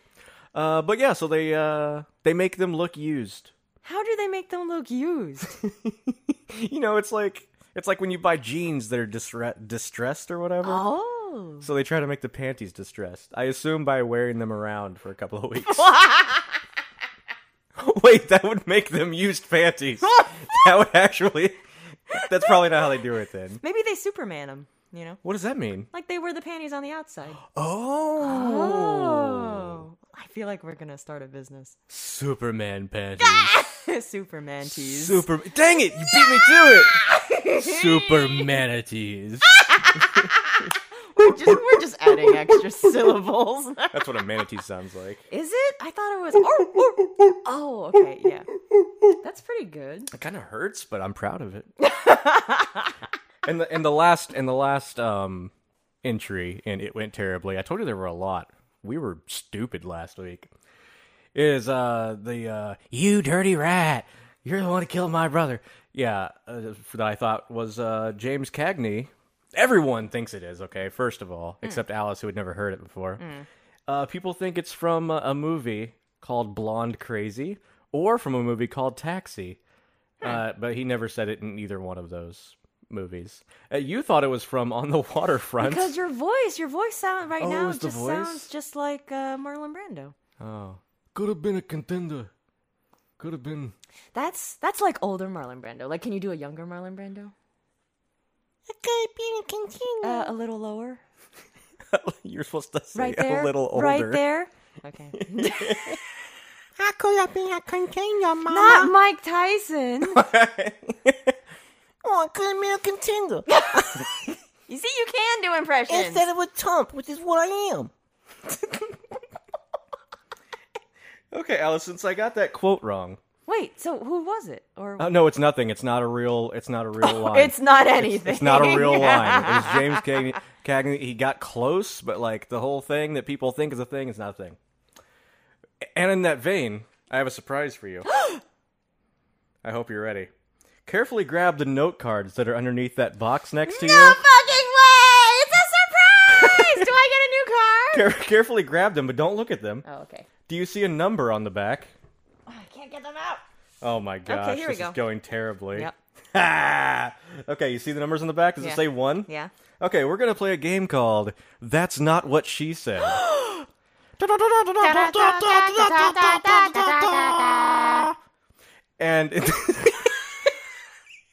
Speaker 2: Uh, but yeah, so they uh, they make them look used.
Speaker 1: How do they make them look used?
Speaker 2: You know, it's like it's like when you buy jeans that are disre- distressed or whatever.
Speaker 1: Oh.
Speaker 2: So they try to make the panties distressed. I assume by wearing them around for a couple of weeks. Wait, that would make them used panties. that would actually. That's probably not how they do it then.
Speaker 1: Maybe they Superman them, you know?
Speaker 2: What does that mean?
Speaker 1: Like they wear the panties on the outside.
Speaker 2: Oh,
Speaker 1: Oh. I feel like we're going to start a business.
Speaker 2: Superman panties.
Speaker 1: Superman tees.
Speaker 2: Super. Dang it! You beat me to it. Supermanities.
Speaker 1: We're just, we're just adding extra syllables.
Speaker 2: That's what a manatee sounds like.
Speaker 1: Is it? I thought it was. Oh, oh, oh, okay, yeah. That's pretty good.
Speaker 2: It kind of hurts, but I'm proud of it. and the and the last and the last um entry and it went terribly. I told you there were a lot. We were stupid last week. Is uh the uh you dirty rat? You're the one who killed my brother. Yeah, uh, that I thought was uh James Cagney. Everyone thinks it is okay. First of all, except Alice, who had never heard it before. Uh, people think it's from uh, a movie called Blonde Crazy or from a movie called Taxi. Uh, but he never said it in either one of those movies. Uh, you thought it was from On the Waterfront.
Speaker 1: Because your voice, your voice sound right
Speaker 2: Oh, it
Speaker 1: now
Speaker 2: was
Speaker 1: just
Speaker 2: the voice?
Speaker 1: sounds just like uh, Marlon Brando.
Speaker 2: Oh. Could have been a contender. Could have been.
Speaker 1: That's that's like older Marlon Brando. Like, can you do a younger Marlon Brando? Uh, a little lower,
Speaker 2: You're supposed to say
Speaker 1: right there,
Speaker 2: a little older.
Speaker 1: right there. Okay,
Speaker 4: I could have been a contender, mama.
Speaker 1: not Mike Tyson.
Speaker 4: Oh, I could have been a contender.
Speaker 1: you see, you can do impressions.
Speaker 4: Instead of a chump, which is what I am.
Speaker 2: Okay, Alice, since I got that quote wrong.
Speaker 1: Wait, so who was it? Or
Speaker 2: Uh, no, it's nothing. It's not a real. It's not a real line.
Speaker 1: it's not anything.
Speaker 2: It's not a real line. It was James Cagney. Cagney. He got close, but like the whole thing that people think is a thing is not a thing. And in that vein, I have a surprise for you. I hope you're ready. Carefully grab the note cards that are underneath that box next to you.
Speaker 1: fucking way! It's a surprise. do I get a new
Speaker 2: Care- carefully grab them, but don't look at them.
Speaker 1: card? Oh, okay.
Speaker 2: Do you see a number on the back?
Speaker 1: Oh, I can't get them out.
Speaker 2: Oh my gosh,
Speaker 1: here we
Speaker 2: this
Speaker 1: go.
Speaker 2: is going terribly.
Speaker 1: Yep.
Speaker 2: Ha! okay, you see the numbers on the back? Does
Speaker 1: Yeah.
Speaker 2: it say one?
Speaker 1: Yeah.
Speaker 2: Okay, we're gonna play a game called "That's Not What She Said." and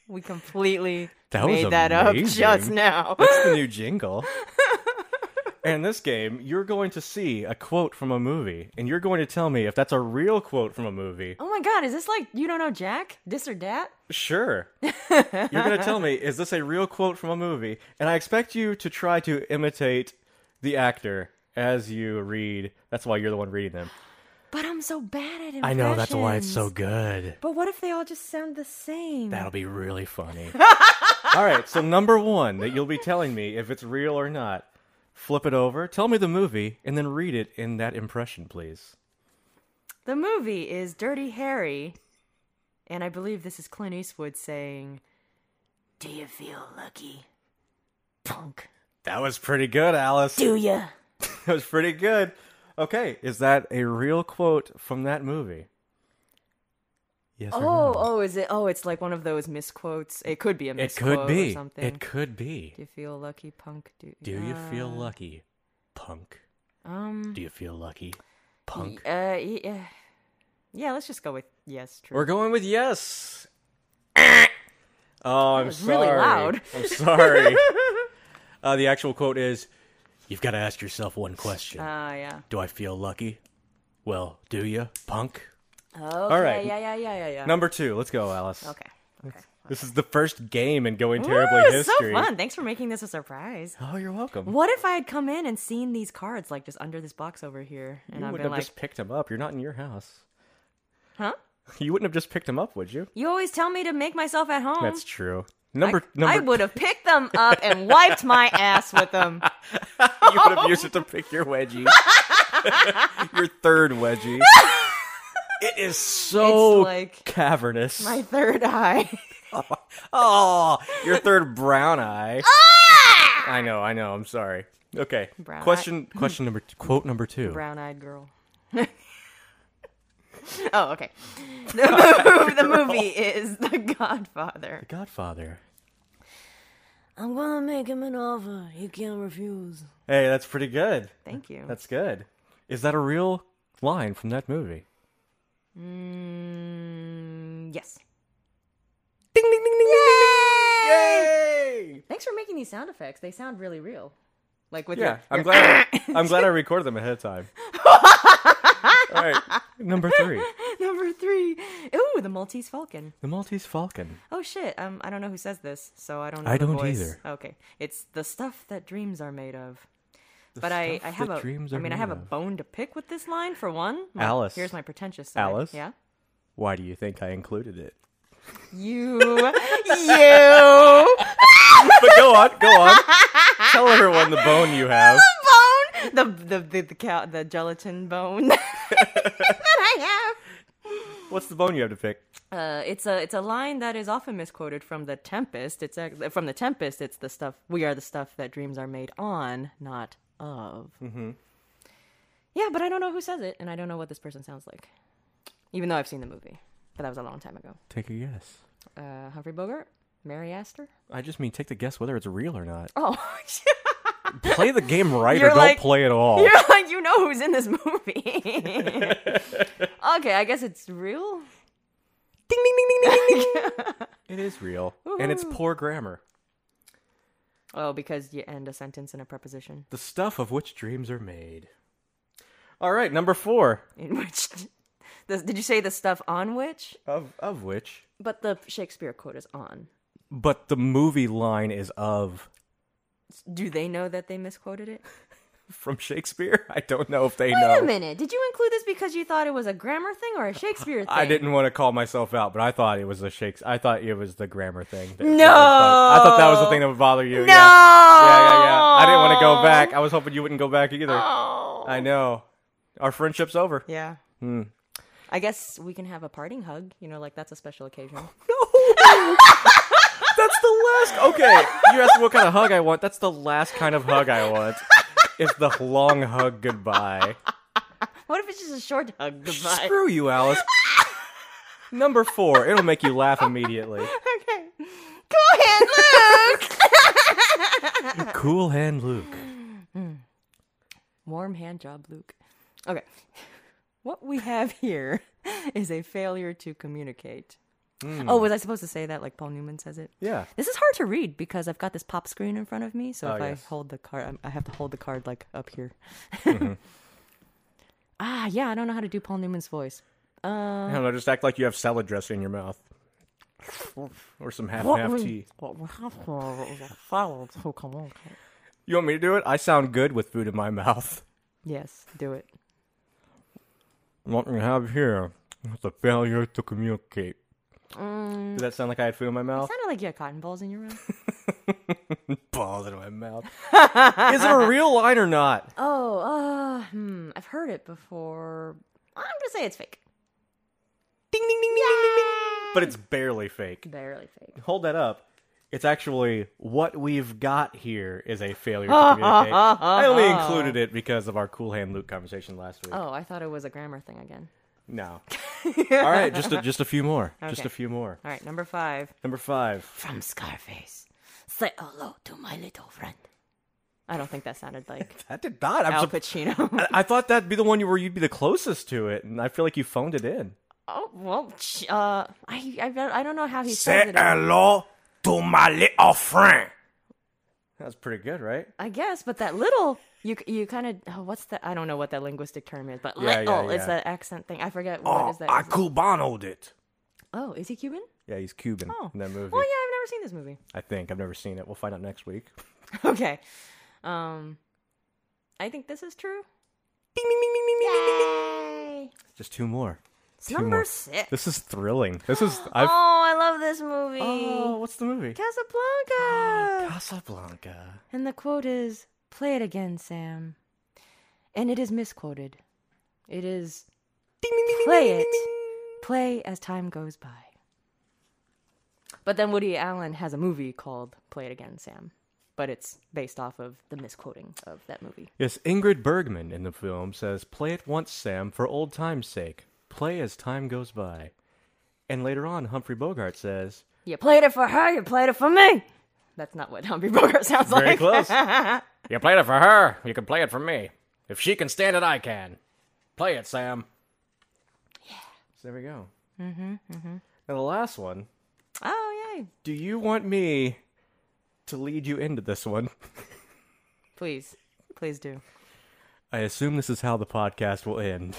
Speaker 1: We completely
Speaker 2: That
Speaker 1: made that up just
Speaker 2: amazing.
Speaker 1: now.
Speaker 2: That's the new jingle. and this game, you're going to see a quote from a movie, and you're going to tell me if that's a real quote from a movie.
Speaker 1: Oh my god, is this like you don't know Jack? This or that?
Speaker 2: Sure. you're going to tell me, is this a real quote from a movie? And I expect you to try to imitate the actor as you read. That's why you're the one reading them.
Speaker 1: But I'm so bad at impressions.
Speaker 2: I know, that's why it's so good.
Speaker 1: But what if they all just sound the same?
Speaker 2: That'll be really funny. All right, so number one that you'll be telling me if it's real or not. Flip it over, tell me the movie, and then read it in that impression, please.
Speaker 1: The movie is Dirty Harry, and I believe this is Clint Eastwood saying, "Do you feel lucky, punk?
Speaker 2: That was pretty good, Alice.
Speaker 1: Do ya?"
Speaker 2: That was pretty good. Okay, is that a real quote from that movie? Yes. or
Speaker 1: Oh,
Speaker 2: no?
Speaker 1: oh, is it? Oh, it's like one of those misquotes. It could be a
Speaker 2: it
Speaker 1: misquote
Speaker 2: could
Speaker 1: or
Speaker 2: be.
Speaker 1: something.
Speaker 2: It could be.
Speaker 1: Do you feel lucky, punk? Do, uh,
Speaker 2: Do you feel lucky, punk?
Speaker 1: Um.
Speaker 2: Do you feel lucky, punk?
Speaker 1: Uh. Yeah. Yeah. Let's just go with yes. True.
Speaker 2: We're going with yes. oh, I'm
Speaker 1: was
Speaker 2: sorry.
Speaker 1: really loud.
Speaker 2: I'm sorry. uh, the actual quote is You've got to ask yourself one question
Speaker 1: Ah, yeah.
Speaker 2: Do I feel lucky? Well, do you, punk?
Speaker 1: Okay.
Speaker 2: right.
Speaker 1: Yeah, yeah, yeah, yeah, yeah.
Speaker 2: Number two. Let's go, Alice.
Speaker 1: uh, Okay. Okay.
Speaker 2: This is the first game in Going Terribly
Speaker 1: Ooh, So
Speaker 2: History.
Speaker 1: fun. Thanks for making this a surprise.
Speaker 2: Oh, you're welcome.
Speaker 1: What if I had come in and seen these cards like just under this box over here, and
Speaker 2: You
Speaker 1: I've
Speaker 2: wouldn't
Speaker 1: been
Speaker 2: have
Speaker 1: like,
Speaker 2: just picked him up. You're not in your house.
Speaker 1: huh?
Speaker 2: You wouldn't have just picked him up, would you?
Speaker 1: You always tell me to make myself at home.
Speaker 2: That's true. Number
Speaker 1: I,
Speaker 2: number
Speaker 1: I would have picked them up and wiped my ass with them.
Speaker 2: you would have used it to pick your wedgie. your third wedgie. it is so
Speaker 1: It's like-
Speaker 2: cavernous.
Speaker 1: My third eye.
Speaker 2: Oh, your third brown eye. I know, I know. I'm sorry. Okay.
Speaker 1: Ah! Brown
Speaker 2: question question number quote number 2.
Speaker 1: brown-eyed girl. oh, okay. The, mov- the movie is The Godfather.
Speaker 2: Godfather.
Speaker 1: I'm gonna make him an offer he can't refuse.
Speaker 2: Hey, that's pretty good.
Speaker 1: Thank you.
Speaker 2: That's good. Is that a real line from that movie?
Speaker 1: Mm, yes.
Speaker 2: Ding ding ding ding ding. Yay! Yay!
Speaker 1: Thanks for making these sound effects. They sound really real. Like with
Speaker 2: Yeah,
Speaker 1: your,
Speaker 2: I'm
Speaker 1: your-
Speaker 2: glad. I'm glad I recorded them ahead of time. All right, number three,
Speaker 1: number three. Ooh, the Maltese Falcon.
Speaker 2: the Maltese Falcon.
Speaker 1: Oh shit. Um, I don't know who says this, so I don't. Know
Speaker 2: I
Speaker 1: the
Speaker 2: don't
Speaker 1: voice.
Speaker 2: either.
Speaker 1: Okay, it's the stuff that dreams are made of. but I,
Speaker 2: stuff
Speaker 1: I have
Speaker 2: that
Speaker 1: a.
Speaker 2: dreams
Speaker 1: I
Speaker 2: are
Speaker 1: mean, I
Speaker 2: made
Speaker 1: have a
Speaker 2: of.
Speaker 1: bone to pick with this line for one. My-
Speaker 2: Alice.
Speaker 1: Here's my pretentious side.
Speaker 2: Alice?
Speaker 1: Yeah.
Speaker 2: Why do you think I included it?
Speaker 1: You. you.
Speaker 2: But go on, go on. Tell everyone the bone you have.
Speaker 1: bone. The the the the, cow, the gelatin bone that I have.
Speaker 2: What's the bone you have to pick?
Speaker 1: Uh, it's a it's a line that is often misquoted from the Tempest. It's ac- from the Tempest. It's the stuff we are the stuff that dreams are made on, not of. Mm-hmm. Yeah, but I don't know who says it, and I don't know what this person sounds like, even though I've seen the movie. But that was a long time ago.
Speaker 2: Take a guess.
Speaker 1: Uh, Humphrey Bogart, Mary Astor.
Speaker 2: I just mean take the guess whether it's real or not.
Speaker 1: Oh,
Speaker 2: Play the game right
Speaker 1: You're
Speaker 2: or
Speaker 1: like-
Speaker 2: don't play at all.
Speaker 1: you're like you know who's in this movie. okay, I guess it's real.
Speaker 2: Ding ding ding ding ding ding. it is real, and it's poor grammar.
Speaker 1: Oh, because you end a sentence in a preposition
Speaker 2: The stuff of which dreams are made. All right, number four.
Speaker 1: in which. The, did you say the stuff on which?
Speaker 2: Of of which
Speaker 1: But the Shakespeare quote is on.
Speaker 2: but the movie line is of
Speaker 1: Do they know that they misquoted it?
Speaker 2: from Shakespeare. I don't know if they
Speaker 1: Wait a
Speaker 2: know.
Speaker 1: minute. Did you include this because you thought it was a grammar thing or a Shakespeare thing?
Speaker 2: I didn't want to call myself out, but I thought it was a Shakespeare. I thought it was the grammar thing. that-
Speaker 1: No!
Speaker 2: that would- I thought that was the thing that would bother you.
Speaker 1: No.
Speaker 2: Yeah. yeah, yeah, yeah. I didn't want to go back. I was hoping you wouldn't go back either.
Speaker 1: Oh.
Speaker 2: I know. Our friendship's over.
Speaker 1: Yeah. Hmm. I guess we can have a parting hug. You know, like that's a special occasion.
Speaker 2: That's the last. Okay, you asked what kind of hug I want. That's the last kind of hug I want. It's the long hug goodbye.
Speaker 1: what if it's just a short hug? Goodbye.
Speaker 2: Screw you, Alice. Number four. It'll make you laugh immediately.
Speaker 1: okay. Go ahead, Luke.
Speaker 2: Cool hand Luke.
Speaker 1: Warm hand job, Luke. Okay. What we have here is a failure to communicate.
Speaker 2: Hmm.
Speaker 1: Oh, was I supposed to say that like Paul Newman says it?
Speaker 2: Yeah.
Speaker 1: This is hard to read because I've got this pop screen in front of me. So
Speaker 2: Oh,
Speaker 1: if
Speaker 2: yes.
Speaker 1: I hold the card, I'm- I have to hold the card like up here.
Speaker 2: Mm-hmm.
Speaker 1: ah, yeah. I don't know how to do Paul Newman's voice. Uh.
Speaker 2: I don't know. Just act like you have salad dressing in your mouth, or some half and half tea.
Speaker 1: Oh,
Speaker 2: You want me to do it? I sound good with food in my mouth.
Speaker 1: Yes, do it.
Speaker 3: What we have here is a failure to communicate.
Speaker 2: Does that sound like I had food in my mouth?
Speaker 1: Sounded like you had cotton balls in your mouth.
Speaker 2: Balls in my mouth. Is it a real line or not?
Speaker 1: oh, uh, hmm. I've heard it before. I'm gonna say it's fake.
Speaker 2: Ding ding ding ding ding ding ding. But it's barely fake.
Speaker 1: Barely fake.
Speaker 2: Hold that up. It's actually what we've got here is a failure to communicate. I only included it because of our Cool Hand Luke conversation last week.
Speaker 1: Oh, I thought it was a grammar thing again.
Speaker 2: No. All right, just a, just a few more. Just
Speaker 1: Okay.
Speaker 2: a few more.
Speaker 1: All right, number five.
Speaker 2: Number five.
Speaker 1: From Scarface. Say hello to my little friend. I don't think that sounded like
Speaker 2: That did not. I'm
Speaker 1: Al
Speaker 2: surprised.
Speaker 1: Pacino.
Speaker 2: I thought that'd be the one you- where you'd be the closest to it, and I feel like you phoned it in.
Speaker 1: oh well, sh- uh, I, I bet- I don't know how he says
Speaker 3: Say
Speaker 1: it.
Speaker 3: hello to my little friend.
Speaker 2: That was pretty good, right?
Speaker 1: I guess, but that little you you kind of oh, what's that? I don't know what that linguistic term is, but
Speaker 2: Yeah, yeah,
Speaker 1: little is
Speaker 2: yeah.
Speaker 1: that accent thing. I forget what
Speaker 3: Oh,
Speaker 1: is that.
Speaker 3: I
Speaker 1: is it-
Speaker 3: cubanoed it.
Speaker 1: oh, is he Cuban?
Speaker 2: Yeah, he's Cuban
Speaker 1: Oh,
Speaker 2: in that movie.
Speaker 1: Well, yeah, I've never seen this movie.
Speaker 2: I think I've never seen it. We'll find out next week.
Speaker 1: Okay, um, I think this is true.
Speaker 2: Ding, ding, ding, ding, ding, ding, ding, ding.
Speaker 1: Yay!
Speaker 2: Just two more. Two
Speaker 1: Number
Speaker 2: more.
Speaker 1: six.
Speaker 2: This is thrilling. This is I've.
Speaker 1: Oh, I love this movie.
Speaker 2: Oh, what's the movie?
Speaker 1: Casablanca.
Speaker 2: Casablanca.
Speaker 1: And the quote is, "Play it again, Sam." And it is misquoted. It is, "Play it, play as time goes by." But then Woody Allen has a movie called "Play It Again, Sam," but it's based off of the misquoting of that movie.
Speaker 2: Yes, Ingrid Bergman in the film says, "Play it once, Sam, for old time's sake. Play as time goes by." And later on, Humphrey Bogart says,
Speaker 1: You played it for her. You played it for me. That's not what Humphrey Bogart sounds
Speaker 2: "Very
Speaker 1: like.
Speaker 2: close."
Speaker 3: You played it for her. You can play it for me. If she can stand it, I can. Play it, Sam.
Speaker 2: So there we go. Mm-hmm, mm-hmm. Now the last one.
Speaker 1: Oh yay!
Speaker 2: Do you want me to lead you into this one?
Speaker 1: Please, please do
Speaker 2: I assume this is how the podcast will end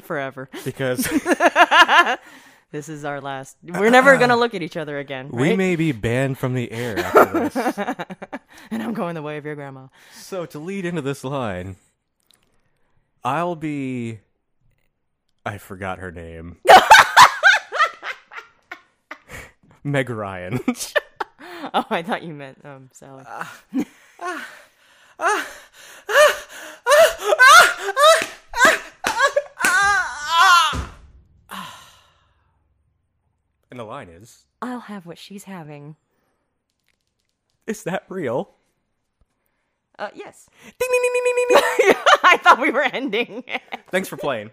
Speaker 1: forever.
Speaker 2: because
Speaker 1: This is our last. We're never gonna look at each other again.
Speaker 2: we
Speaker 1: right?
Speaker 2: may be banned from the air after this.
Speaker 1: and I'm going the way of your grandma.
Speaker 2: So to lead into this line, I'll be. I forgot her name. Meg Ryan.
Speaker 1: Oh, I thought you meant um Sally.
Speaker 2: and the line is
Speaker 1: I'll have what she's having.
Speaker 2: Is that real?
Speaker 1: Uh, yes.
Speaker 2: Ding, ding, ding, ding, ding, ding.
Speaker 1: I thought we were ending.
Speaker 2: Thanks for playing.